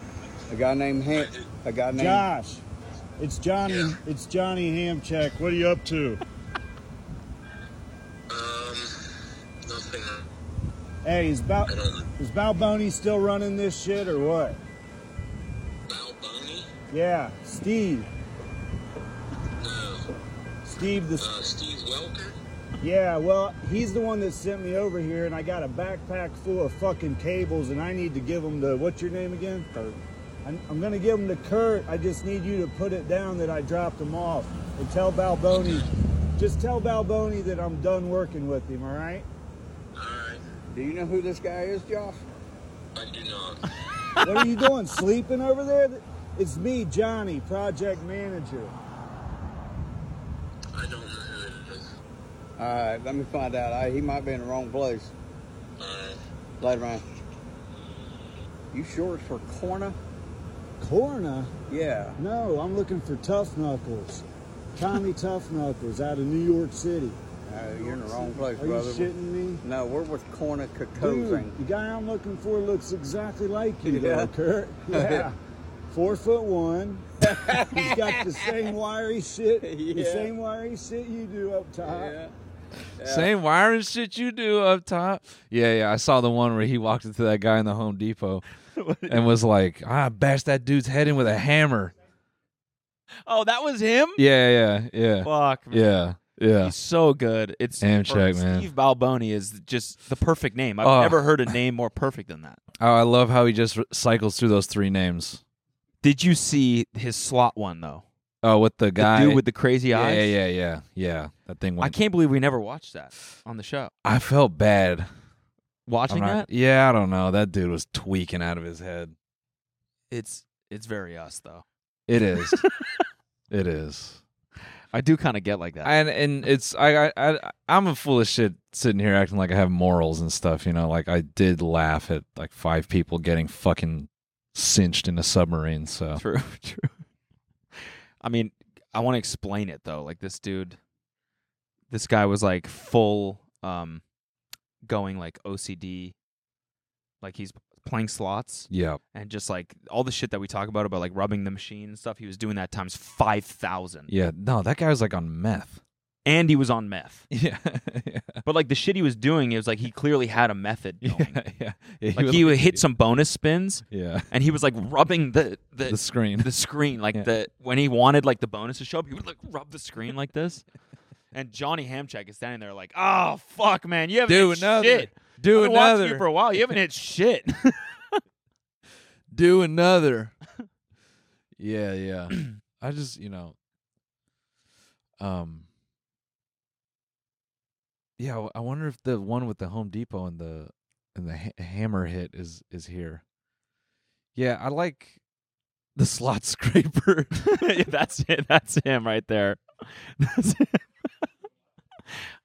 Speaker 10: A guy named Ham a guy named
Speaker 4: Josh, it's Johnny. It's Johnny Hamcheck. What are you up to?
Speaker 12: Um, Nothing.
Speaker 4: Hey, is Bal is Balboni still running this shit or what?
Speaker 12: Balboni?
Speaker 4: Yeah, Steve.
Speaker 12: No.
Speaker 4: Steve the.
Speaker 12: Uh, Steve Welker?
Speaker 4: Yeah, well, he's the one that sent me over here, and I got a backpack full of fucking cables, and I need to give them to what's your name again? Kurt. I'm, I'm gonna give them to Kurt. I just need you to put it down that I dropped them off, and tell Balboni. Just tell Balboni that I'm done working with him. All right?
Speaker 10: Do you know who this guy is, Josh?
Speaker 12: I do not.
Speaker 4: what are you doing? Sleeping over there? It's me, Johnny, project manager.
Speaker 12: I don't know who it is.
Speaker 10: Alright, let me find out. I, he might be in the wrong place. Later man. You sure it's for Corner?
Speaker 4: Corna?
Speaker 10: Yeah.
Speaker 4: No, I'm looking for Tough Knuckles. Tommy Tough Knuckles out of New York City.
Speaker 10: No, Uh, you're in the wrong place,
Speaker 4: Are you
Speaker 10: brother.
Speaker 4: shitting me?
Speaker 10: No, we're with Corner Cocosing.
Speaker 4: Dude, the guy I'm looking for looks exactly like you,
Speaker 10: Yeah.
Speaker 4: though, Kurt. Yeah. Four foot one. He's got the same wiry shit. The
Speaker 2: Yeah.
Speaker 4: same wiry shit you do up top.
Speaker 2: Same wiring shit you do up top. Yeah, yeah. I saw the one where he walked into that guy in the Home Depot and was like, "I bashed that dude's head in with a hammer."
Speaker 1: Oh, that was him.
Speaker 2: Yeah, yeah, yeah.
Speaker 1: Fuck. Man.
Speaker 2: Yeah, yeah.
Speaker 1: He's so good. It's
Speaker 2: Damn
Speaker 1: for
Speaker 2: check,
Speaker 1: Steve
Speaker 2: man.
Speaker 1: Balboni is just the perfect name. I've
Speaker 2: Oh.
Speaker 1: never heard a name more perfect than that.
Speaker 2: Oh, I love how he just r- cycles through those three names.
Speaker 1: Did you see his slot one though?
Speaker 2: Oh, with the
Speaker 1: The
Speaker 2: guy,
Speaker 1: dude with the crazy
Speaker 2: Yeah,
Speaker 1: eyes?
Speaker 2: Yeah, yeah, yeah, yeah. That thing.
Speaker 1: I
Speaker 2: Went,
Speaker 1: can't believe we never watched that on the show.
Speaker 2: I felt bad
Speaker 1: Watching
Speaker 2: I'm not- Yeah, I don't know. That dude was tweaking out of his head.
Speaker 1: It's it's very us though.
Speaker 2: It is. it is.
Speaker 1: I do kind of get like that.
Speaker 2: And and it's I I- I I'm a fool of shit sitting here acting like I have morals and stuff. You know, like I did laugh at like five people getting fucking cinched in a submarine. So
Speaker 1: true, true. I mean, I want to explain it though. Like this dude, this guy was like full, um, going like OCD, like he's playing slots.
Speaker 2: Yep.
Speaker 1: And just like all the shit that we talk about about like rubbing the machine and stuff, he was doing that times five thousand.
Speaker 2: Yeah, no, that guy was like on meth.
Speaker 1: And he was on meth.
Speaker 2: Yeah,
Speaker 1: But like the shit he was doing, it was like he clearly had a method. Going. Yeah,
Speaker 2: yeah.
Speaker 1: Like
Speaker 2: was
Speaker 1: he would hit some bonus spins.
Speaker 2: Yeah.
Speaker 1: And he was like rubbing the the,
Speaker 2: The screen.
Speaker 1: the screen like the when he wanted like the bonus to show up, he would like rub the screen like this. And Johnny Hamcheck is standing there like, oh fuck, man, you haven't
Speaker 2: Do
Speaker 1: hit
Speaker 2: another.
Speaker 1: shit.
Speaker 2: Do
Speaker 1: I've been watching
Speaker 2: another."
Speaker 1: you for a while. You haven't hit shit.
Speaker 2: do another. yeah, yeah. I just, you know, um, yeah. w- I wonder if the one with the Home Depot and the and the ha- hammer hit is is here. Yeah, I like the slot scraper.
Speaker 1: Yeah, that's it. That's him right there. That's him.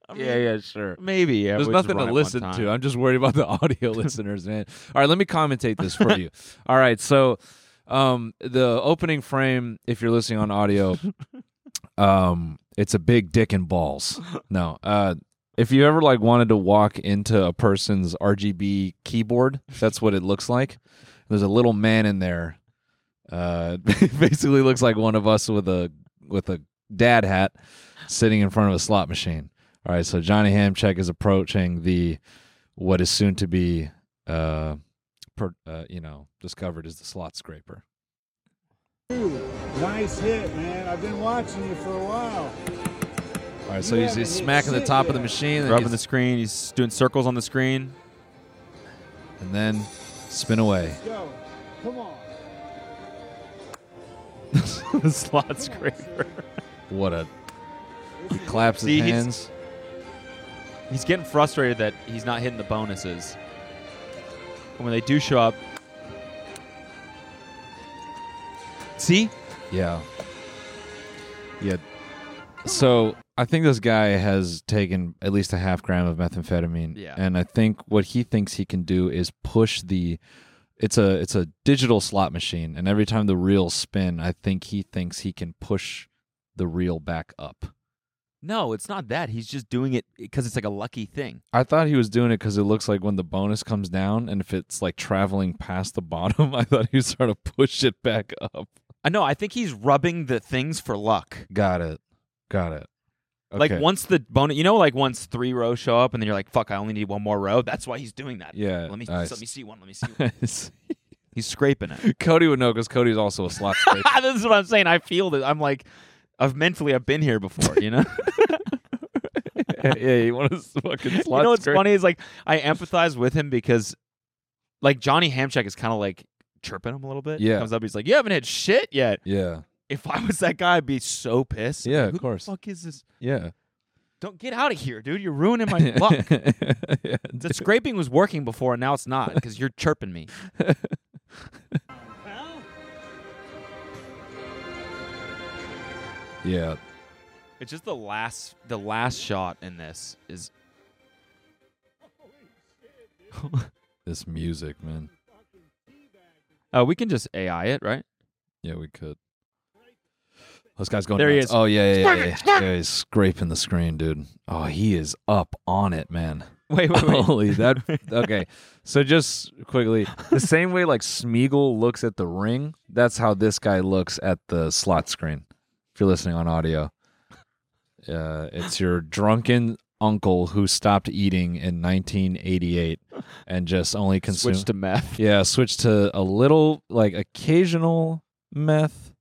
Speaker 1: I
Speaker 2: yeah,
Speaker 1: mean,
Speaker 2: yeah, sure.
Speaker 1: Maybe yeah.
Speaker 2: There's
Speaker 1: we just
Speaker 2: nothing
Speaker 1: run it
Speaker 2: to
Speaker 1: one
Speaker 2: listen
Speaker 1: time.
Speaker 2: to. I'm just worried about the audio listeners, man. All right, let me commentate this for you. All right, so um, the opening frame, if you're listening on audio, um, it's a big dick and balls. No, uh, if you ever like wanted to walk into a person's RGB keyboard, that's what it looks like. There's a little man in there. Uh, it basically looks like one of us with a with a dad hat sitting in front of a slot machine. All right, so Johnny Hamcheck is approaching the what is soon to be, uh, per, uh, you know, discovered as the slot scraper.
Speaker 4: Dude, nice hit, man. I've been watching you for a while.
Speaker 2: All right, so he's, he's smacking the top of the machine, and,
Speaker 1: Rubbing
Speaker 2: he's-
Speaker 1: the screen. He's doing circles on the screen.
Speaker 2: and then spin away.
Speaker 4: Go. Come on.
Speaker 1: the slot scraper.
Speaker 2: What a he claps his
Speaker 1: See, he's-
Speaker 2: hands.
Speaker 1: He's getting frustrated that he's not hitting the bonuses. And when they do show up, see,
Speaker 2: Yeah. Yeah. So I think this guy has taken at least a half gram of methamphetamine.
Speaker 1: Yeah.
Speaker 2: And I think what he thinks he can do is push the it's a it's a digital slot machine and every time the reels spin, I think he thinks he can push the reel back up.
Speaker 1: no, it's not that. He's just doing it because it's like a lucky thing.
Speaker 2: I thought he was doing it because it looks like when the bonus comes down and if it's like traveling past the bottom, I thought he was trying to push it back up.
Speaker 1: I know. I think he's rubbing the things for luck.
Speaker 2: Got it. Got it.
Speaker 1: Like
Speaker 2: Okay.
Speaker 1: once the bonus, you know, like once three rows show up, and then you're like, "Fuck, I only need one more row." That's why he's doing that.
Speaker 2: Yeah,
Speaker 1: Let me
Speaker 2: I
Speaker 1: let
Speaker 2: s-
Speaker 1: me see one. Let me see. One.
Speaker 2: He's
Speaker 1: scraping it.
Speaker 2: Cody would know because Cody's also a slot scraper.
Speaker 1: this is what I'm saying. I feel that I'm like, I've mentally I've been here before, you know.
Speaker 2: yeah, you want to fucking slot
Speaker 1: You know what's
Speaker 2: scrape.
Speaker 1: funny is like I empathize with him because, like Johnny Hamcheck is kind of like chirping him a little bit. He
Speaker 2: Yeah.
Speaker 1: comes up, he's like, "You haven't had shit yet."
Speaker 2: Yeah.
Speaker 1: If I was that guy, I'd be so pissed.
Speaker 2: Yeah,
Speaker 1: Like,
Speaker 2: of
Speaker 1: who
Speaker 2: course.
Speaker 1: The fuck is this?
Speaker 2: Yeah.
Speaker 1: Don't get out of here, dude. You're ruining my luck.
Speaker 2: Yeah,
Speaker 1: the scraping was working before, and now it's not because you're chirping me.
Speaker 2: Yeah.
Speaker 1: It's just the last the last shot in this is
Speaker 2: This music, man.
Speaker 1: uh, we can just AI it, right?
Speaker 2: Yeah, we could. This guy's going.
Speaker 1: There he
Speaker 2: nuts.
Speaker 1: is.
Speaker 2: Oh yeah, yeah, yeah,
Speaker 1: Scrape
Speaker 2: yeah,
Speaker 1: it, scrape
Speaker 2: Yeah, He's scraping the screen, dude. Oh, he is up on it, man.
Speaker 1: Wait, wait, wait.
Speaker 2: Holy that. Okay, so just quickly, the same way like Smeagol looks at the ring, that's how this guy looks at the slot screen. If you're listening on audio, uh, it's your drunken uncle who stopped eating in 1988 and just only consumed
Speaker 1: Switched to meth.
Speaker 2: Yeah, switched to a little like occasional meth,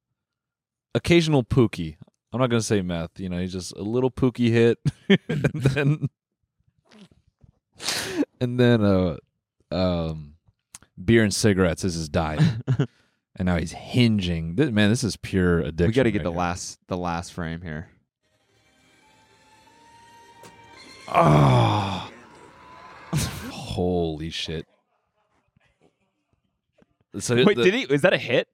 Speaker 2: occasional pookie. I'm not gonna say meth. You know, he's just a little pookie hit, and then and then uh, um, beer and cigarettes is his diet. and now he's hinging. This, man, this is pure addiction.
Speaker 1: we got to get
Speaker 2: right
Speaker 1: the
Speaker 2: here.
Speaker 1: last the last frame here.
Speaker 2: Oh. Holy shit. So
Speaker 1: Wait,
Speaker 2: the-
Speaker 1: did he? Is that a hit?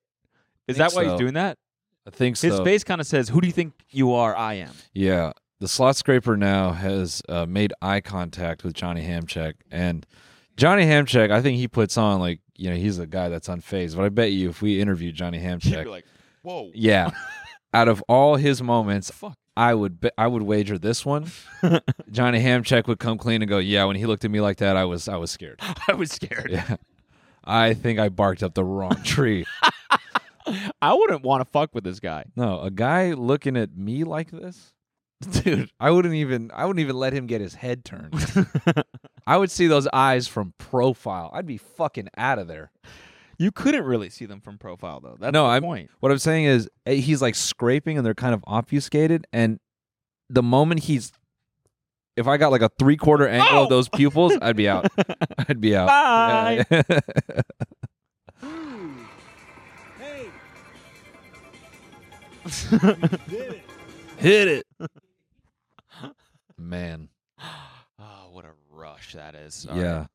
Speaker 1: Is
Speaker 2: Think
Speaker 1: that why
Speaker 2: so.
Speaker 1: he's doing that?
Speaker 2: I think
Speaker 1: His
Speaker 2: so.
Speaker 1: face kind of says, "Who do you think you are? I am."
Speaker 2: Yeah. The slot scraper now has uh, made eye contact with Johnny Hamcheck. And Johnny Hamcheck, I think he puts on, like, you know, he's a guy that's unfazed. But I bet you if we interviewed Johnny Hamcheck.
Speaker 1: like, "Whoa."
Speaker 2: Yeah. Out of all his moments, I would be- I would wager this one. Johnny Hamcheck would come clean and go, "Yeah, when he looked at me like that, I was I was scared.
Speaker 1: I was scared.
Speaker 2: Yeah. I think I barked up the wrong tree."
Speaker 1: I wouldn't want to fuck with this guy.
Speaker 2: No, a guy looking at me like this, dude. I wouldn't even. I wouldn't even let him get his head turned. I would see those eyes from profile. I'd be fucking out of there.
Speaker 1: You couldn't really see them from profile though. That's
Speaker 2: no,
Speaker 1: the
Speaker 2: I'm.
Speaker 1: point.
Speaker 2: What I'm saying is, eh, he's like scraping, and they're kind of obfuscated. And the moment he's, if I got like a three quarter angle of those pupils, I'd be out. I'd be out.
Speaker 3: Bye.
Speaker 2: Yeah.
Speaker 4: Hey,
Speaker 2: Hit it. Man.
Speaker 1: Oh, what a rush that is.
Speaker 2: yeah.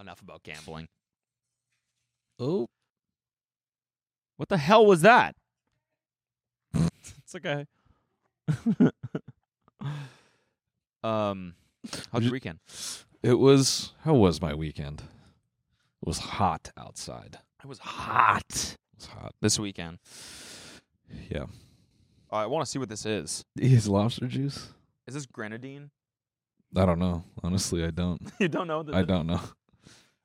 Speaker 1: Enough about gambling.
Speaker 2: Oh.
Speaker 1: What the hell was that? it's okay. Um, how's your weekend?
Speaker 2: It was how was my weekend? It was hot outside.
Speaker 1: It was hot.
Speaker 2: It was hot.
Speaker 1: This weekend.
Speaker 2: Yeah.
Speaker 1: I want to see what this is.
Speaker 2: Is lobster juice?
Speaker 1: Is this grenadine?
Speaker 2: I don't know. Honestly, I don't.
Speaker 1: You don't know the-
Speaker 2: I don't know.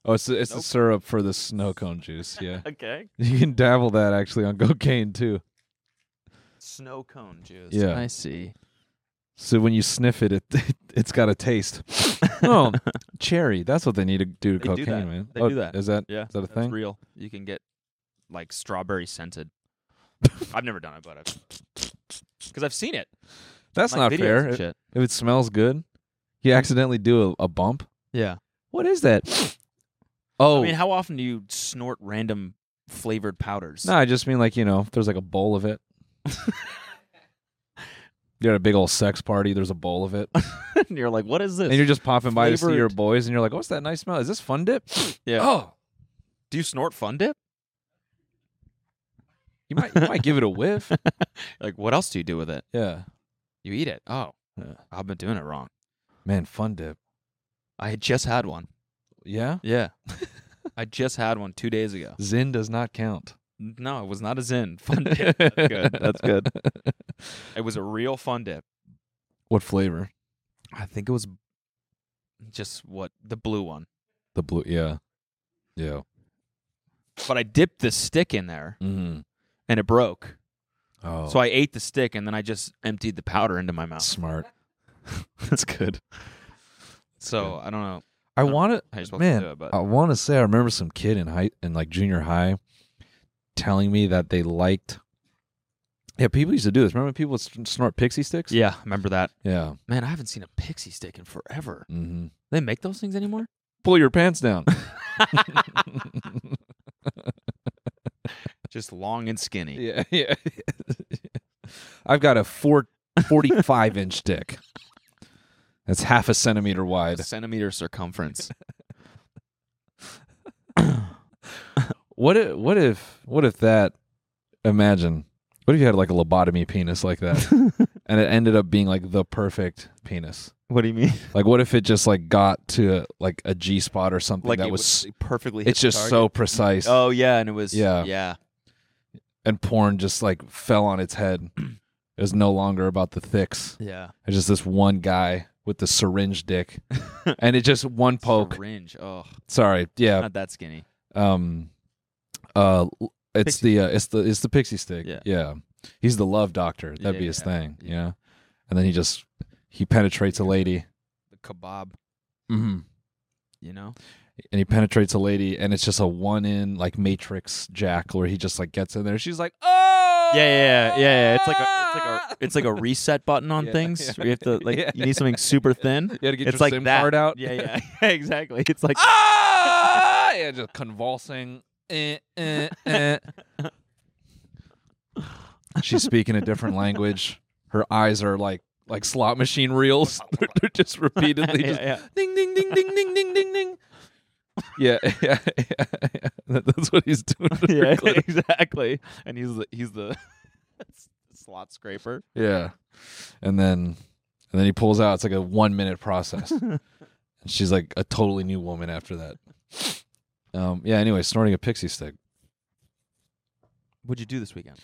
Speaker 2: Oh, it's the, it's the syrup for the snow cone juice. Yeah.
Speaker 1: Okay.
Speaker 2: You can dabble that actually on cocaine too.
Speaker 1: Snow cone juice.
Speaker 2: Yeah.
Speaker 1: I see.
Speaker 2: So when you sniff it, it, it it's got a taste. oh, cherry. That's what they need to do to
Speaker 1: They
Speaker 2: cocaine,
Speaker 1: do that.
Speaker 2: man.
Speaker 1: They
Speaker 2: oh,
Speaker 1: do that.
Speaker 2: Is that
Speaker 1: yeah?
Speaker 2: Is that a
Speaker 1: that's
Speaker 2: thing?
Speaker 1: Real. You can get like strawberry scented. I've never done it, but I've because I've seen it.
Speaker 2: That's
Speaker 1: Like,
Speaker 2: not
Speaker 1: videos
Speaker 2: fair.
Speaker 1: and
Speaker 2: If-
Speaker 1: shit.
Speaker 2: If it smells good, you accidentally do a, a bump.
Speaker 1: Yeah.
Speaker 2: What is that? Oh,
Speaker 1: I mean, how often do you snort random flavored powders?
Speaker 2: no, I just mean like you know, if there's like a bowl of it. you're at a big old sex party. There's a bowl of it,
Speaker 1: and you're like, what is this?
Speaker 2: and you're just popping by to see your
Speaker 1: Flavored-
Speaker 2: boys, and you're like, "What's that nice smell? Is this Fun Dip?"
Speaker 1: Yeah.
Speaker 2: Oh,
Speaker 1: do you snort Fun Dip?
Speaker 2: You might you might give it a whiff.
Speaker 1: Like, what else do you do with it?
Speaker 2: Yeah.
Speaker 1: You eat it. Oh,
Speaker 2: Yeah.
Speaker 1: I've been doing it wrong.
Speaker 2: Man, Fun Dip.
Speaker 1: I had just had one.
Speaker 2: Yeah.
Speaker 1: Yeah. I just had one two days ago.
Speaker 2: Zin does not count.
Speaker 1: No, it was not a Zen fun dip. That's good. That's good. It was a real fun dip.
Speaker 2: What flavor?
Speaker 1: I think it was just what the blue one.
Speaker 2: The blue. Yeah. Yeah.
Speaker 1: But I dipped the stick in there,
Speaker 2: Mhm.
Speaker 1: and it broke.
Speaker 2: Oh.
Speaker 1: So I ate the stick, and then I just emptied the powder into my mouth.
Speaker 2: Smart. That's good.
Speaker 1: So I don't know.
Speaker 2: I
Speaker 1: don't
Speaker 2: want
Speaker 1: know Oh, how you're
Speaker 2: to
Speaker 1: supposed
Speaker 2: man.
Speaker 1: do it, but
Speaker 2: I want to say I remember some kid in high in like junior high telling me that they liked. Yeah, people used to do this. Remember, when people would sn- snort pixie sticks.
Speaker 1: yeah, remember that.
Speaker 2: Yeah.
Speaker 1: Man, I haven't seen a pixie stick in forever.
Speaker 2: Mm-hmm.
Speaker 1: They make those things anymore?
Speaker 2: Pull your pants down.
Speaker 1: Just long and skinny.
Speaker 2: yeah, yeah. I've got a four, 45 inch dick. That's half a centimeter wide.
Speaker 1: Centimeter circumference.
Speaker 2: What if, what if what if that imagine what if you had like a lobotomy penis like that and it ended up being like the perfect penis?
Speaker 1: What do you mean?
Speaker 2: Like what if it just like got to like a G spot or something
Speaker 1: Like
Speaker 2: that
Speaker 1: it
Speaker 2: was
Speaker 1: was perfectly hit
Speaker 2: It's
Speaker 1: the
Speaker 2: just so
Speaker 1: target?
Speaker 2: precise.
Speaker 1: Oh yeah, and it was
Speaker 2: Yeah.
Speaker 1: yeah. Yeah.
Speaker 2: and porn just like fell on its head. It was no longer about the thicks.
Speaker 1: Yeah.
Speaker 2: It's just this one guy with the syringe dick. and it just one poke.
Speaker 1: Syringe. Oh.
Speaker 2: Sorry. Yeah.
Speaker 1: Not that skinny.
Speaker 2: um uh l- it's
Speaker 1: Pixie
Speaker 2: the uh, it's the it's the pixie stick
Speaker 1: Yeah.
Speaker 2: he's the love doctor that'd be his
Speaker 1: Yeah,
Speaker 2: thing yeah. and then he just he penetrates a lady
Speaker 1: The kebab,
Speaker 2: mm-hmm.
Speaker 1: you know?
Speaker 2: and he penetrates a lady and it's just a one in like matrix jack where he just like gets in there she's like oh
Speaker 1: Yeah, yeah, yeah, yeah. yeah. It's like a, it's like a, it's like a reset button on
Speaker 2: Yeah,
Speaker 1: things.
Speaker 2: yeah.
Speaker 1: We have to like
Speaker 2: Yeah.
Speaker 1: you need something super thin.
Speaker 2: you had to get
Speaker 1: it's
Speaker 2: your
Speaker 1: like
Speaker 2: SIM
Speaker 1: that.
Speaker 2: card out
Speaker 1: Yeah, yeah, yeah, exactly. It's like
Speaker 2: ah yeah just convulsing Eh, eh, eh. she's speaking a different language her eyes are like like slot machine reels they're just repeatedly
Speaker 1: Yeah,
Speaker 2: just
Speaker 1: yeah.
Speaker 2: ding ding ding ding ding ding ding ding yeah, yeah, yeah, yeah. That- that's what he's doing. with her
Speaker 1: yeah,
Speaker 2: clitoris.
Speaker 1: exactly. And he's the, he's the slot scraper.
Speaker 2: Yeah. And then and then he pulls out. It's like a one minute process. and she's like a totally new woman after that. Um, yeah, anyway, snorting a pixie stick.
Speaker 1: What'd you do this weekend?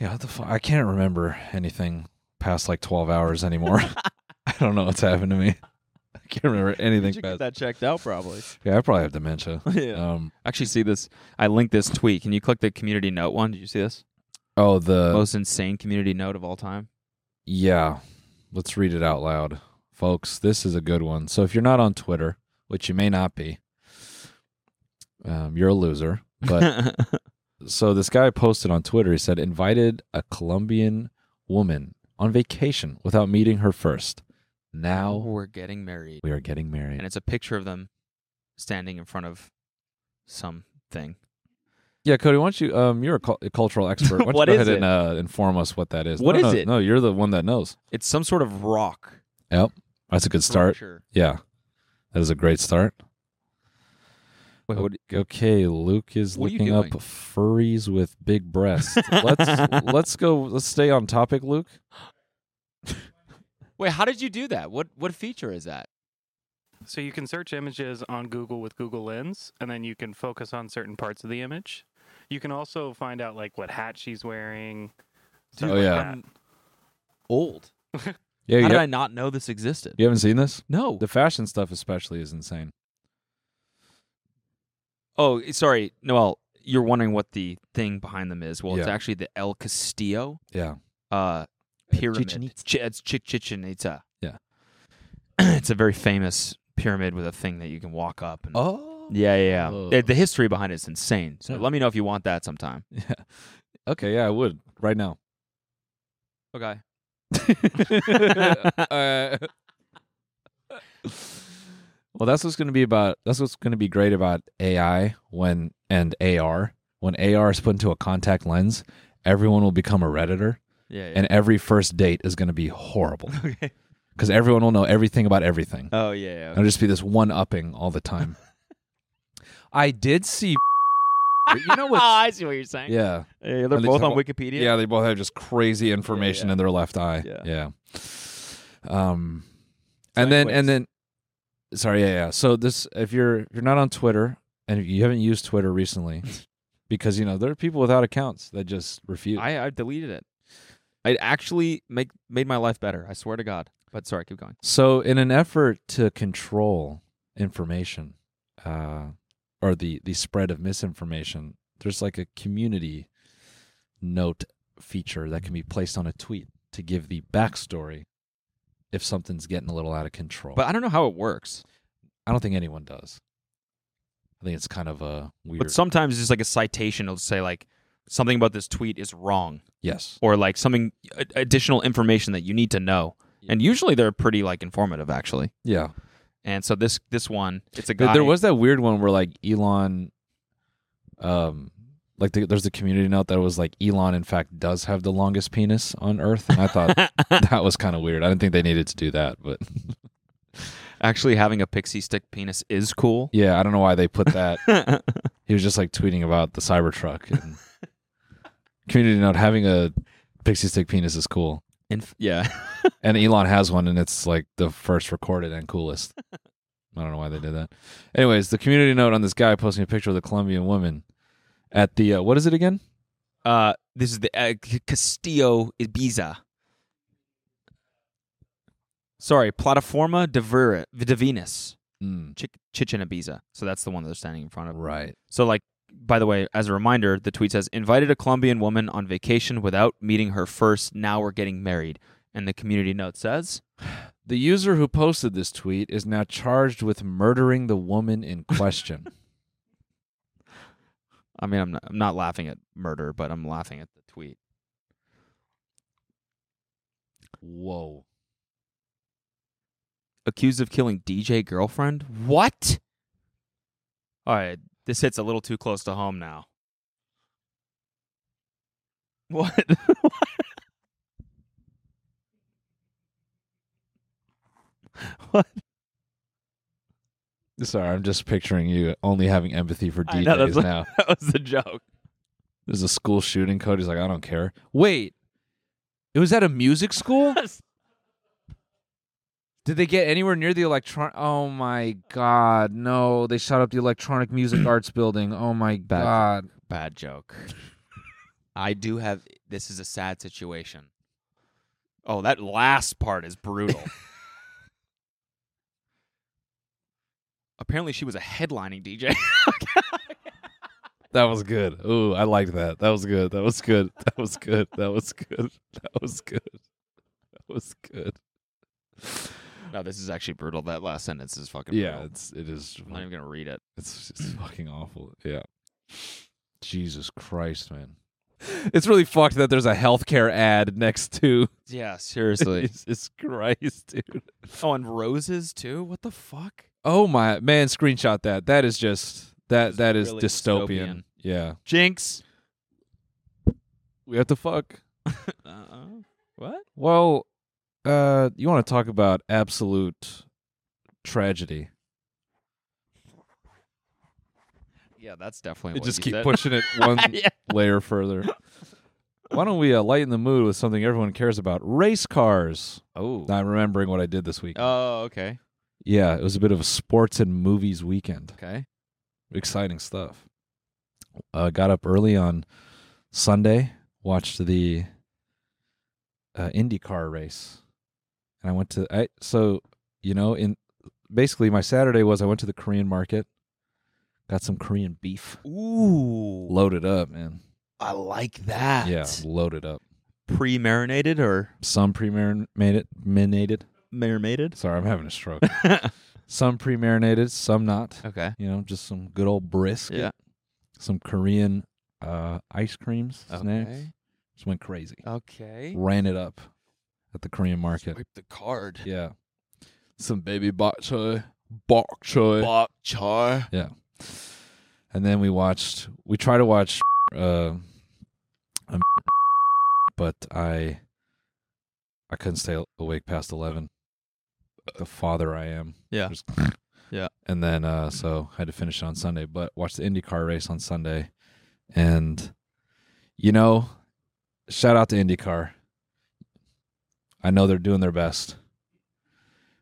Speaker 2: Yeah, what the fuck? I can't remember anything past like twelve hours anymore. I don't know what's happened to me. I can't remember anything
Speaker 1: Did you get
Speaker 2: past
Speaker 1: that checked out probably.
Speaker 2: Yeah, I probably have dementia.
Speaker 1: Yeah.
Speaker 2: Um
Speaker 1: Actually, see this. I linked this tweet. Can you click the community note one? Did you see this?
Speaker 2: oh the
Speaker 1: Most insane community note of all time.
Speaker 2: Yeah. Let's read it out loud. Folks, this is a good one. So if you're not on Twitter, which you may not be, um, you're a loser. But so this guy posted on Twitter, he said, invited a Colombian woman on vacation without meeting her first. Now
Speaker 1: We're getting married,
Speaker 2: we are getting married.
Speaker 1: and it's a picture of them standing in front of something.
Speaker 2: Yeah, Cody, why don't you? Um, you're a, cul- a cultural expert. Why don't
Speaker 1: What
Speaker 2: you go
Speaker 1: is
Speaker 2: ahead and
Speaker 1: it?
Speaker 2: uh, inform us what that is?
Speaker 1: What
Speaker 2: What is
Speaker 1: is it?
Speaker 2: No, you're the one that knows.
Speaker 1: It's some sort of rock.
Speaker 2: Yep, that's a
Speaker 1: Oh,
Speaker 2: good start.
Speaker 1: Structure.
Speaker 2: Yeah, that is a great start.
Speaker 1: Wait, what,
Speaker 2: Okay, Luke is
Speaker 1: What are you
Speaker 2: looking up
Speaker 1: doing?
Speaker 2: furries with big breasts. let's let's go. Let's stay on topic, Luke.
Speaker 1: Wait, how did you do that? What what feature is that?
Speaker 13: So you can search images on Google with Google Lens, and then you can focus on certain parts of the image. You can also find out like what hat she's wearing. stuff
Speaker 2: Oh,
Speaker 13: like
Speaker 2: yeah.
Speaker 13: that.
Speaker 1: Old.
Speaker 2: Yeah,
Speaker 1: how
Speaker 2: you
Speaker 1: did
Speaker 2: ha-
Speaker 1: I not know this existed?
Speaker 2: You haven't seen this?
Speaker 1: No.
Speaker 2: The fashion stuff especially is insane.
Speaker 1: Oh, sorry, Noel. You're wondering what the thing behind them is. Well, it's
Speaker 2: Yeah.
Speaker 1: actually the El Castillo.
Speaker 2: Yeah.
Speaker 1: Uh, pyramid.
Speaker 2: Chichen Itza.
Speaker 1: Chi- it's Chi- Chichen Itza.
Speaker 2: Yeah.
Speaker 1: it's a very famous pyramid with a thing that you can walk up. And,
Speaker 2: Oh.
Speaker 1: Yeah, yeah. yeah.
Speaker 2: Oh.
Speaker 1: The history behind it is insane. So
Speaker 2: Yeah.
Speaker 1: let me know if you want that sometime.
Speaker 2: Yeah. Okay, yeah, I would right now.
Speaker 1: Okay.
Speaker 2: Uh, well, that's what's going to be about. That's what's going to be great about AI when and AR. When AR is put into a contact lens, everyone will become a redditor.
Speaker 1: Yeah, yeah.
Speaker 2: And every first date is going to be horrible. okay. Because everyone will know everything about everything.
Speaker 1: Oh, yeah, yeah,
Speaker 2: And it'll just be this one upping all the time. I did see. you know
Speaker 1: what? oh, I see what you're saying.
Speaker 2: Yeah.
Speaker 1: Yeah,
Speaker 2: And
Speaker 1: they're both
Speaker 2: they just have
Speaker 1: on
Speaker 2: all-
Speaker 1: Wikipedia.
Speaker 2: Yeah, they both have just crazy information in their left eye.
Speaker 1: Yeah.
Speaker 2: Um, and then and then, sorry, yeah, yeah. So this, if you're if you're not on Twitter and if you haven't used Twitter recently, because you know there are people without accounts that just refuse.
Speaker 1: I, I deleted it. It actually make made my life better. I swear to God. But sorry, keep going.
Speaker 2: So, in an effort to control information uh, or the, the spread of misinformation, there's like a community note feature that can be placed on a tweet to give the backstory if something's getting a little out of control.
Speaker 1: But I don't know how it works.
Speaker 2: I don't think anyone does. I think it's kind of a weird.
Speaker 1: But sometimes it's just like a citation. It'll say like something about this tweet is wrong.
Speaker 2: Yes.
Speaker 1: Or like something a- additional information that you need to know. And usually they're pretty like informative actually.
Speaker 2: Yeah.
Speaker 1: And so this this one, it's a
Speaker 2: There-
Speaker 1: guy.
Speaker 2: There was that weird one where like Elon, um, like the, there's a community note that was like Elon in fact does have the longest penis on Earth, and I thought that was kind of weird. I didn't think they needed to do that, but
Speaker 1: actually having a pixie stick penis is cool.
Speaker 2: yeah, I don't know why they put that. he was just like tweeting about the Cybertruck and community note having a pixie stick penis is cool.
Speaker 1: Inf- yeah,
Speaker 2: and Elon has one, and it's like the first recorded and coolest. I don't know why they did that. Anyways, the community note on this guy posting a picture of the Colombian woman at the uh, what is it again?
Speaker 1: Uh, this is the uh, C- Castillo Ibiza. Sorry, Plataforma de, Vera, de Venus,
Speaker 2: Mm.
Speaker 1: Chic- Chichen Ibiza. So that's the one that they're standing in front of.
Speaker 2: Right.
Speaker 1: So, like, by the way, as a reminder, the tweet says, invited a Colombian woman on vacation without meeting her first. Now we're getting married. And the community note says,
Speaker 2: The user who posted this tweet is now charged with murdering the woman in question.
Speaker 1: I mean, I'm not, I'm not laughing at murder, but I'm laughing at the tweet.
Speaker 2: Whoa.
Speaker 1: accused of killing DJ girlfriend? What? All right, this hits a little too close to home now. What? what?
Speaker 2: Sorry, I'm just picturing you only having empathy for
Speaker 1: I know, that's
Speaker 2: DJs
Speaker 1: what-
Speaker 2: now.
Speaker 1: That was the joke.
Speaker 2: There's a school shooting code. He's like, I don't care. Wait, it was at a music school? Did they get anywhere near the electron? Oh my God. No, they shot up the Electronic Music Arts building. Oh my
Speaker 1: Bad.
Speaker 2: God.
Speaker 1: Bad joke. I do have. This is a sad situation. Oh, that last part is brutal. Apparently, she was a headlining DJ.
Speaker 2: That was good. Ooh, I liked that. That was good. That was good. That was good. That was good. That was good. That was good.
Speaker 1: No, this is actually brutal. That last sentence is fucking
Speaker 2: Yeah,
Speaker 1: brutal.
Speaker 2: it's it is.
Speaker 1: I'm not even gonna read it.
Speaker 2: It's just fucking awful. Yeah. Jesus Christ, man. It's really fucked that there's a healthcare ad next to.
Speaker 1: Yeah, seriously.
Speaker 2: Jesus Christ, dude.
Speaker 1: Oh, and roses too? What the fuck?
Speaker 2: Oh my man, screenshot that. That is just that that is
Speaker 1: really
Speaker 2: dystopian.
Speaker 1: dystopian.
Speaker 2: Yeah.
Speaker 1: Jinx.
Speaker 2: We have to fuck.
Speaker 1: Uh-uh. What?
Speaker 2: Well, uh you want to talk about absolute tragedy.
Speaker 1: Yeah, that's definitely
Speaker 2: It
Speaker 1: what
Speaker 2: just
Speaker 1: you
Speaker 2: keep
Speaker 1: said.
Speaker 2: pushing it one
Speaker 1: Yeah.
Speaker 2: layer further. Why don't we uh, lighten the mood with something everyone cares about? Race cars. Oh, I'm remembering what I did this week.
Speaker 1: Oh, okay.
Speaker 2: Yeah, it was a bit of a sports and movies weekend.
Speaker 1: Okay.
Speaker 2: Exciting stuff. Uh, got up early on Sunday, watched the uh, IndyCar race, and I went to I so you know in basically my Saturday was I went to the Korean market, got some Korean beef,
Speaker 1: Ooh.
Speaker 2: loaded up, man.
Speaker 1: I like that.
Speaker 2: Yeah, loaded up.
Speaker 1: Pre marinated or
Speaker 2: Some pre-marinated, marinated.
Speaker 1: marinated?
Speaker 2: Sorry, I'm having a stroke. some pre-marinated, some not.
Speaker 1: Okay.
Speaker 2: You know, just some good old brisket.
Speaker 1: Yeah.
Speaker 2: Some Korean uh, ice creams, snacks.
Speaker 1: Okay.
Speaker 2: Just went crazy.
Speaker 1: Okay.
Speaker 2: Ran it up at the Korean market.
Speaker 1: Swipe the card.
Speaker 2: Yeah. Some baby bok choy. Bok choy.
Speaker 1: Bok choy.
Speaker 2: Yeah. And then we watched. We try to watch. Uh, um, but I, I couldn't stay awake past eleven. The father I am.
Speaker 1: Yeah.
Speaker 2: Just-
Speaker 1: Yeah.
Speaker 2: And then uh, so I had to finish it on Sunday, but watched the IndyCar race on Sunday, and you know, shout out to IndyCar. I know they're doing their best.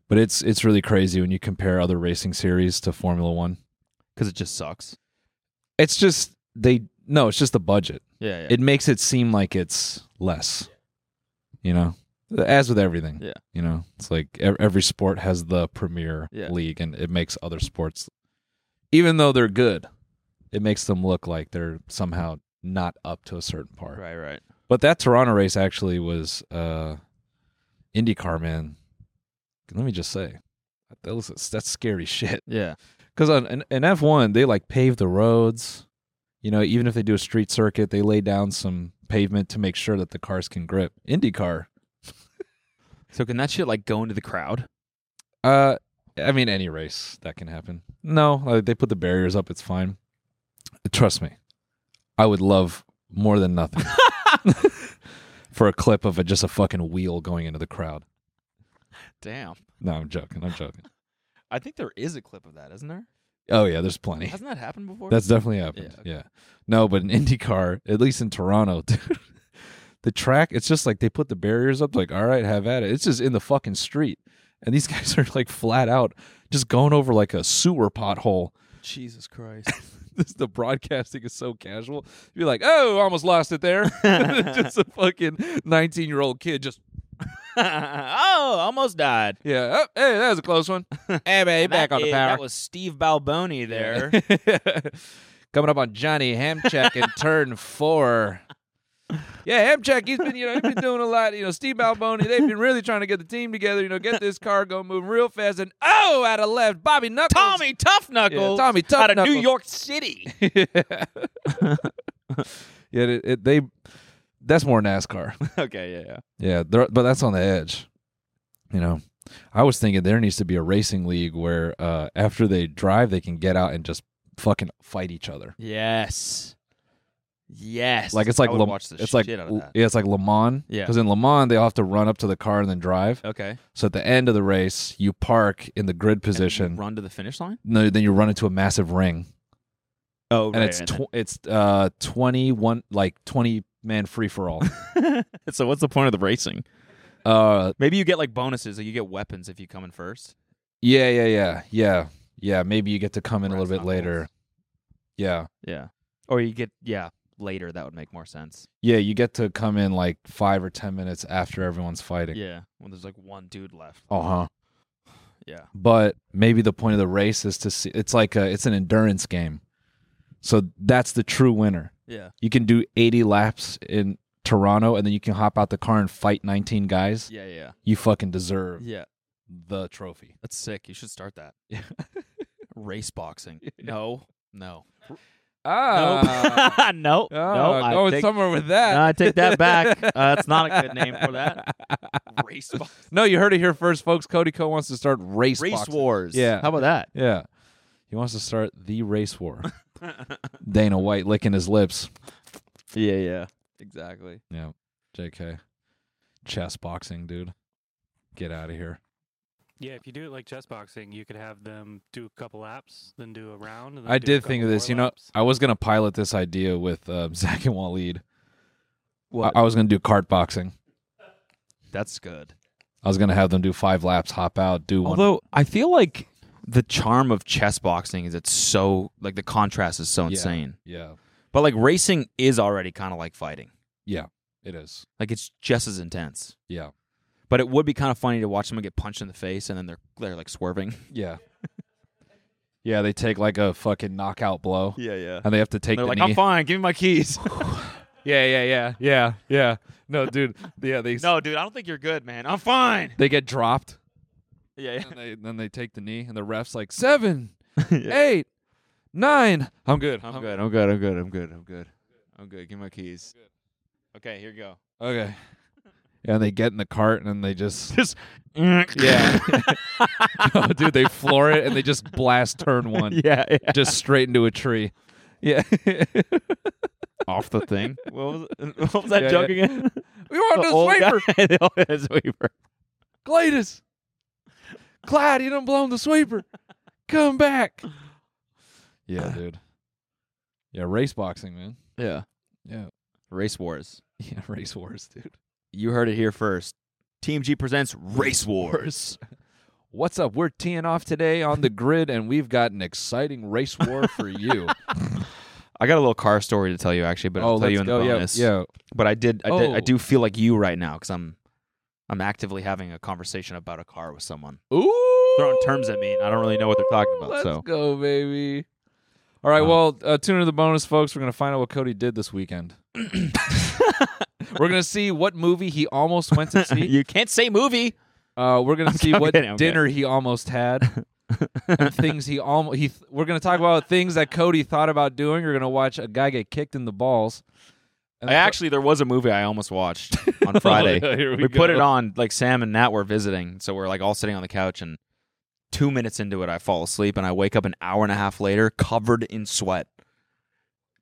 Speaker 2: But it's it's really crazy when you compare other racing series to Formula 1.
Speaker 1: Because it just sucks.
Speaker 2: It's just they no, it's just the budget.
Speaker 1: Yeah, yeah.
Speaker 2: It makes it seem like it's less. You know. As with everything.
Speaker 1: Yeah.
Speaker 2: You know, it's like ev- every sport has the premier
Speaker 1: Yeah.
Speaker 2: league and it makes other sports even though they're good, it makes them look like they're somehow not up to a certain par.
Speaker 1: Right, right.
Speaker 2: But that Toronto race actually was uh IndyCar man. Let me just say, that was that's scary shit.
Speaker 1: Yeah.
Speaker 2: Because on in, in F one they like pave the roads. You know, even if they do a street circuit, they lay down some pavement to make sure that the cars can grip. IndyCar,
Speaker 1: So can that shit like go into the crowd?
Speaker 2: uh, I mean, any race that can happen. No, like, they put the barriers up. It's fine. Trust me, I would love more than nothing for a clip of a, just a fucking wheel going into the crowd.
Speaker 1: Damn.
Speaker 2: No, I'm joking. I'm joking.
Speaker 1: I think there is a clip of that, isn't there?
Speaker 2: Oh yeah, there's plenty.
Speaker 1: Hasn't that happened before?
Speaker 2: That's definitely happened. Yeah, No, but an IndyCar, at least in Toronto, dude, the track, it's just like they put the barriers up, like, all right, have at it. It's just in the fucking street. And these guys are like flat out just going over like a sewer pothole.
Speaker 1: Jesus Christ.
Speaker 2: This, the broadcasting is so casual. You're like, oh, almost lost it there. just a fucking 19 year old kid just,
Speaker 1: oh, almost died.
Speaker 2: yeah, oh, hey, that was a close one. hey, babe, back on the
Speaker 1: Eh,
Speaker 2: power.
Speaker 1: That was Steve Balboni there.
Speaker 2: Coming up on Johnny Hamcheck in turn four. Yeah, Hamcheck, he's been, you know, he's been doing a lot. You know, Steve Balboni, they've been really trying to get the team together, you know, get this car going, moving real fast. And oh, out of left, Bobby Knuckles.
Speaker 1: Tommy Tough Knuckles.
Speaker 2: Yeah, Tommy Tough
Speaker 1: out of New
Speaker 2: Knuckles.
Speaker 1: York City.
Speaker 2: Yeah, it, it, they, that's more NASCAR.
Speaker 1: okay, yeah, yeah.
Speaker 2: Yeah, there, but that's on the edge. You know, I was thinking there needs to be a racing league where uh, after they drive, they can get out and just fucking fight each other.
Speaker 1: Yes. Yes.
Speaker 2: Like it's like
Speaker 1: I would
Speaker 2: Le-
Speaker 1: watch the
Speaker 2: it's like
Speaker 1: shit out of that.
Speaker 2: yeah, it's like Le Mans.
Speaker 1: Yeah.
Speaker 2: Because in Le Mans they all have to run up to the car and then drive.
Speaker 1: Okay.
Speaker 2: So at the end of the race, you park in the grid position.
Speaker 1: Run to the finish line?
Speaker 2: No, then you run into a massive ring,
Speaker 1: Oh,
Speaker 2: and it's tw- it's uh twenty one like twenty man free for all.
Speaker 1: so what's the point of the racing?
Speaker 2: uh,
Speaker 1: Maybe you get like bonuses, like you get weapons if you come in first.
Speaker 2: yeah, yeah, yeah, yeah, yeah. Maybe you get to come in a little bit later. Yeah,
Speaker 1: Yeah. Or you get yeah, later that would make more sense.
Speaker 2: yeah. You get to come in like five or ten minutes after everyone's fighting.
Speaker 1: Yeah. When there's like one dude left.
Speaker 2: Uh huh.
Speaker 1: Yeah.
Speaker 2: but maybe the point of the race is to see it's like a, it's an endurance game so that's the true winner
Speaker 1: Yeah.
Speaker 2: you can do 80 laps in toronto and then you can hop out the car and fight 19 guys
Speaker 1: Yeah, yeah.
Speaker 2: you fucking deserve
Speaker 1: Yeah.
Speaker 2: the trophy
Speaker 1: That's sick. You should start that. Race boxing. No. No. Ah,
Speaker 2: Ah.
Speaker 1: no. no. no. I
Speaker 2: going
Speaker 1: take-
Speaker 2: somewhere with that
Speaker 1: No, I take that back. Uh, it's not a good name for that. Race boxing.
Speaker 2: no you heard it here first folks cody co wants to start race
Speaker 1: Race
Speaker 2: boxing.
Speaker 1: wars.
Speaker 2: yeah
Speaker 1: How about that?
Speaker 2: yeah he wants to start the race war dana white licking his lips
Speaker 1: Yeah, yeah. Exactly.
Speaker 2: Yeah. JK. Chess boxing, dude. Get out of here.
Speaker 13: Yeah, if you do it like chess boxing, you could have them do a couple laps, then do a round. And then
Speaker 2: I
Speaker 13: do a
Speaker 2: did think
Speaker 13: couple
Speaker 2: of this.
Speaker 13: more
Speaker 2: You know,
Speaker 13: laps.
Speaker 2: I was going to pilot this idea with um, Zach and Waleed
Speaker 1: What?
Speaker 2: I, I was going to do cart boxing.
Speaker 1: That's good.
Speaker 2: I was going to have them do five laps, hop out, do one.
Speaker 1: Although I feel like the charm of chess boxing is it's so like the contrast is so
Speaker 2: Yeah,
Speaker 1: insane.
Speaker 2: yeah.
Speaker 1: But like racing is already kind of like fighting.
Speaker 2: yeah, it is.
Speaker 1: Like it's just as intense.
Speaker 2: Yeah.
Speaker 1: But it would be kind of funny to watch someone get punched in the face and then they're they're like swerving.
Speaker 2: Yeah. Yeah, they take like a fucking knockout blow.
Speaker 1: Yeah, yeah.
Speaker 2: And they have to take
Speaker 1: They're
Speaker 2: the
Speaker 1: like,
Speaker 2: knee.
Speaker 1: I'm fine. Give me my keys.
Speaker 2: Yeah, yeah, yeah, yeah, yeah. No, dude. Yeah, they
Speaker 1: no, dude. I don't think you're good, man. I'm fine.
Speaker 2: they get dropped.
Speaker 1: Yeah, yeah.
Speaker 2: And they, then they take the knee, and the ref's like seven, eight, nine. I'm good.
Speaker 1: I'm good. I'm good. I'm good. I'm good. I'm good. I'm good. Give me my keys. Okay, here you go.
Speaker 2: Okay. And they get in the cart, and then they just
Speaker 1: just Mm.
Speaker 2: yeah. no, dude, they floor it, and they just blast turn one.
Speaker 1: Yeah, yeah.
Speaker 2: just straight into a tree. Yeah.
Speaker 1: Off the thing. Oh, What was, what was that
Speaker 2: Yeah,
Speaker 1: joke
Speaker 2: yeah.
Speaker 1: again?
Speaker 2: We want
Speaker 1: The
Speaker 2: this
Speaker 1: old
Speaker 2: wafer.
Speaker 1: guy- the old guy sweeper.
Speaker 2: Gladys, Clyde, you done blown the sweeper. Come back. Yeah, dude. Yeah, race boxing, man.
Speaker 1: Yeah.
Speaker 2: Yeah.
Speaker 1: Race wars.
Speaker 2: Yeah, race wars, dude.
Speaker 1: You heard it here first. Team G presents Race Wars.
Speaker 2: What's up? We're teeing off today on the grid, and we've got an exciting race war for you.
Speaker 1: I got a little car story to tell you actually, but
Speaker 2: Oh,
Speaker 1: I'll tell you
Speaker 2: let's
Speaker 1: in
Speaker 2: go.
Speaker 1: the
Speaker 2: Yeah,
Speaker 1: bonus.
Speaker 2: yeah.
Speaker 1: But I did I did I
Speaker 2: Oh.
Speaker 1: do feel like you right now cuz I'm I'm actively having a conversation about a car with someone.
Speaker 2: Ooh,
Speaker 1: Throwing terms at me and I don't really know what they're talking about.
Speaker 2: let's
Speaker 1: so
Speaker 2: go, baby. All right, well, uh, tune into the bonus, folks. We're gonna find out what Cody did this weekend. We're gonna see what movie he almost went to see.
Speaker 1: you can't say movie.
Speaker 2: Uh, we're gonna see
Speaker 1: I'm
Speaker 2: what
Speaker 1: kidding, I'm
Speaker 2: dinner he almost had. and things he almost he. th- we're gonna talk about things that Cody thought about doing. We're gonna watch a guy get kicked in the balls. And
Speaker 1: I actually there was a movie I almost watched on Friday.
Speaker 2: Oh, yeah, here we
Speaker 1: put
Speaker 2: go.
Speaker 1: it on like Sam and Nat were visiting, so we're like all sitting on the couch and 2 minutes into it I fall asleep and I wake up an hour and a half later covered in sweat.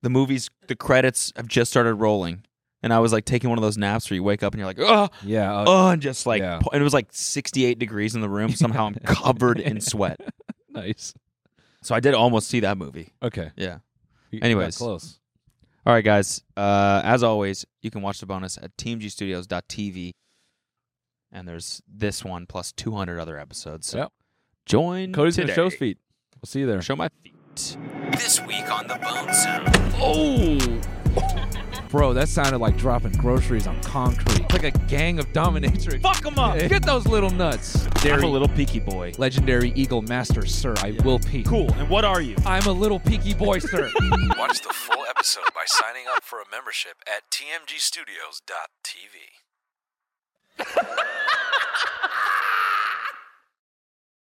Speaker 1: The movie's the credits have just started rolling and I was like taking one of those naps where you wake up and you're like, "Oh,
Speaker 2: yeah, uh,
Speaker 1: oh, and just like
Speaker 2: yeah.
Speaker 1: pu- and it was like 68 degrees in the room. Somehow I'm covered in sweat.
Speaker 2: nice.
Speaker 1: So I did almost see that movie.
Speaker 2: Okay.
Speaker 1: Yeah.
Speaker 2: You- you got
Speaker 1: Anyways,
Speaker 2: close.
Speaker 1: all right, guys. Uh, as always, you can watch the bonus at teamgstudios.tv. And there's this one plus 200 other episodes. So
Speaker 2: Yep.
Speaker 1: join
Speaker 2: Cody's
Speaker 1: today.
Speaker 2: gonna show his feet. We'll see you there.
Speaker 1: Show my feet.
Speaker 3: This week on the Bone Zone.
Speaker 2: Oh, bro, that sounded like dropping groceries on concrete. Like a gang of dominatrix.
Speaker 1: Fuck them up.
Speaker 2: Get those little nuts.
Speaker 1: I'm a
Speaker 2: Dairy-
Speaker 1: little peaky boy.
Speaker 2: Legendary Eagle Master, sir, I will peek.
Speaker 1: Cool. And what are you?
Speaker 2: I'm a little peaky boy, sir.
Speaker 14: Watch the full episode by signing up for a membership at tmgstudios.tv.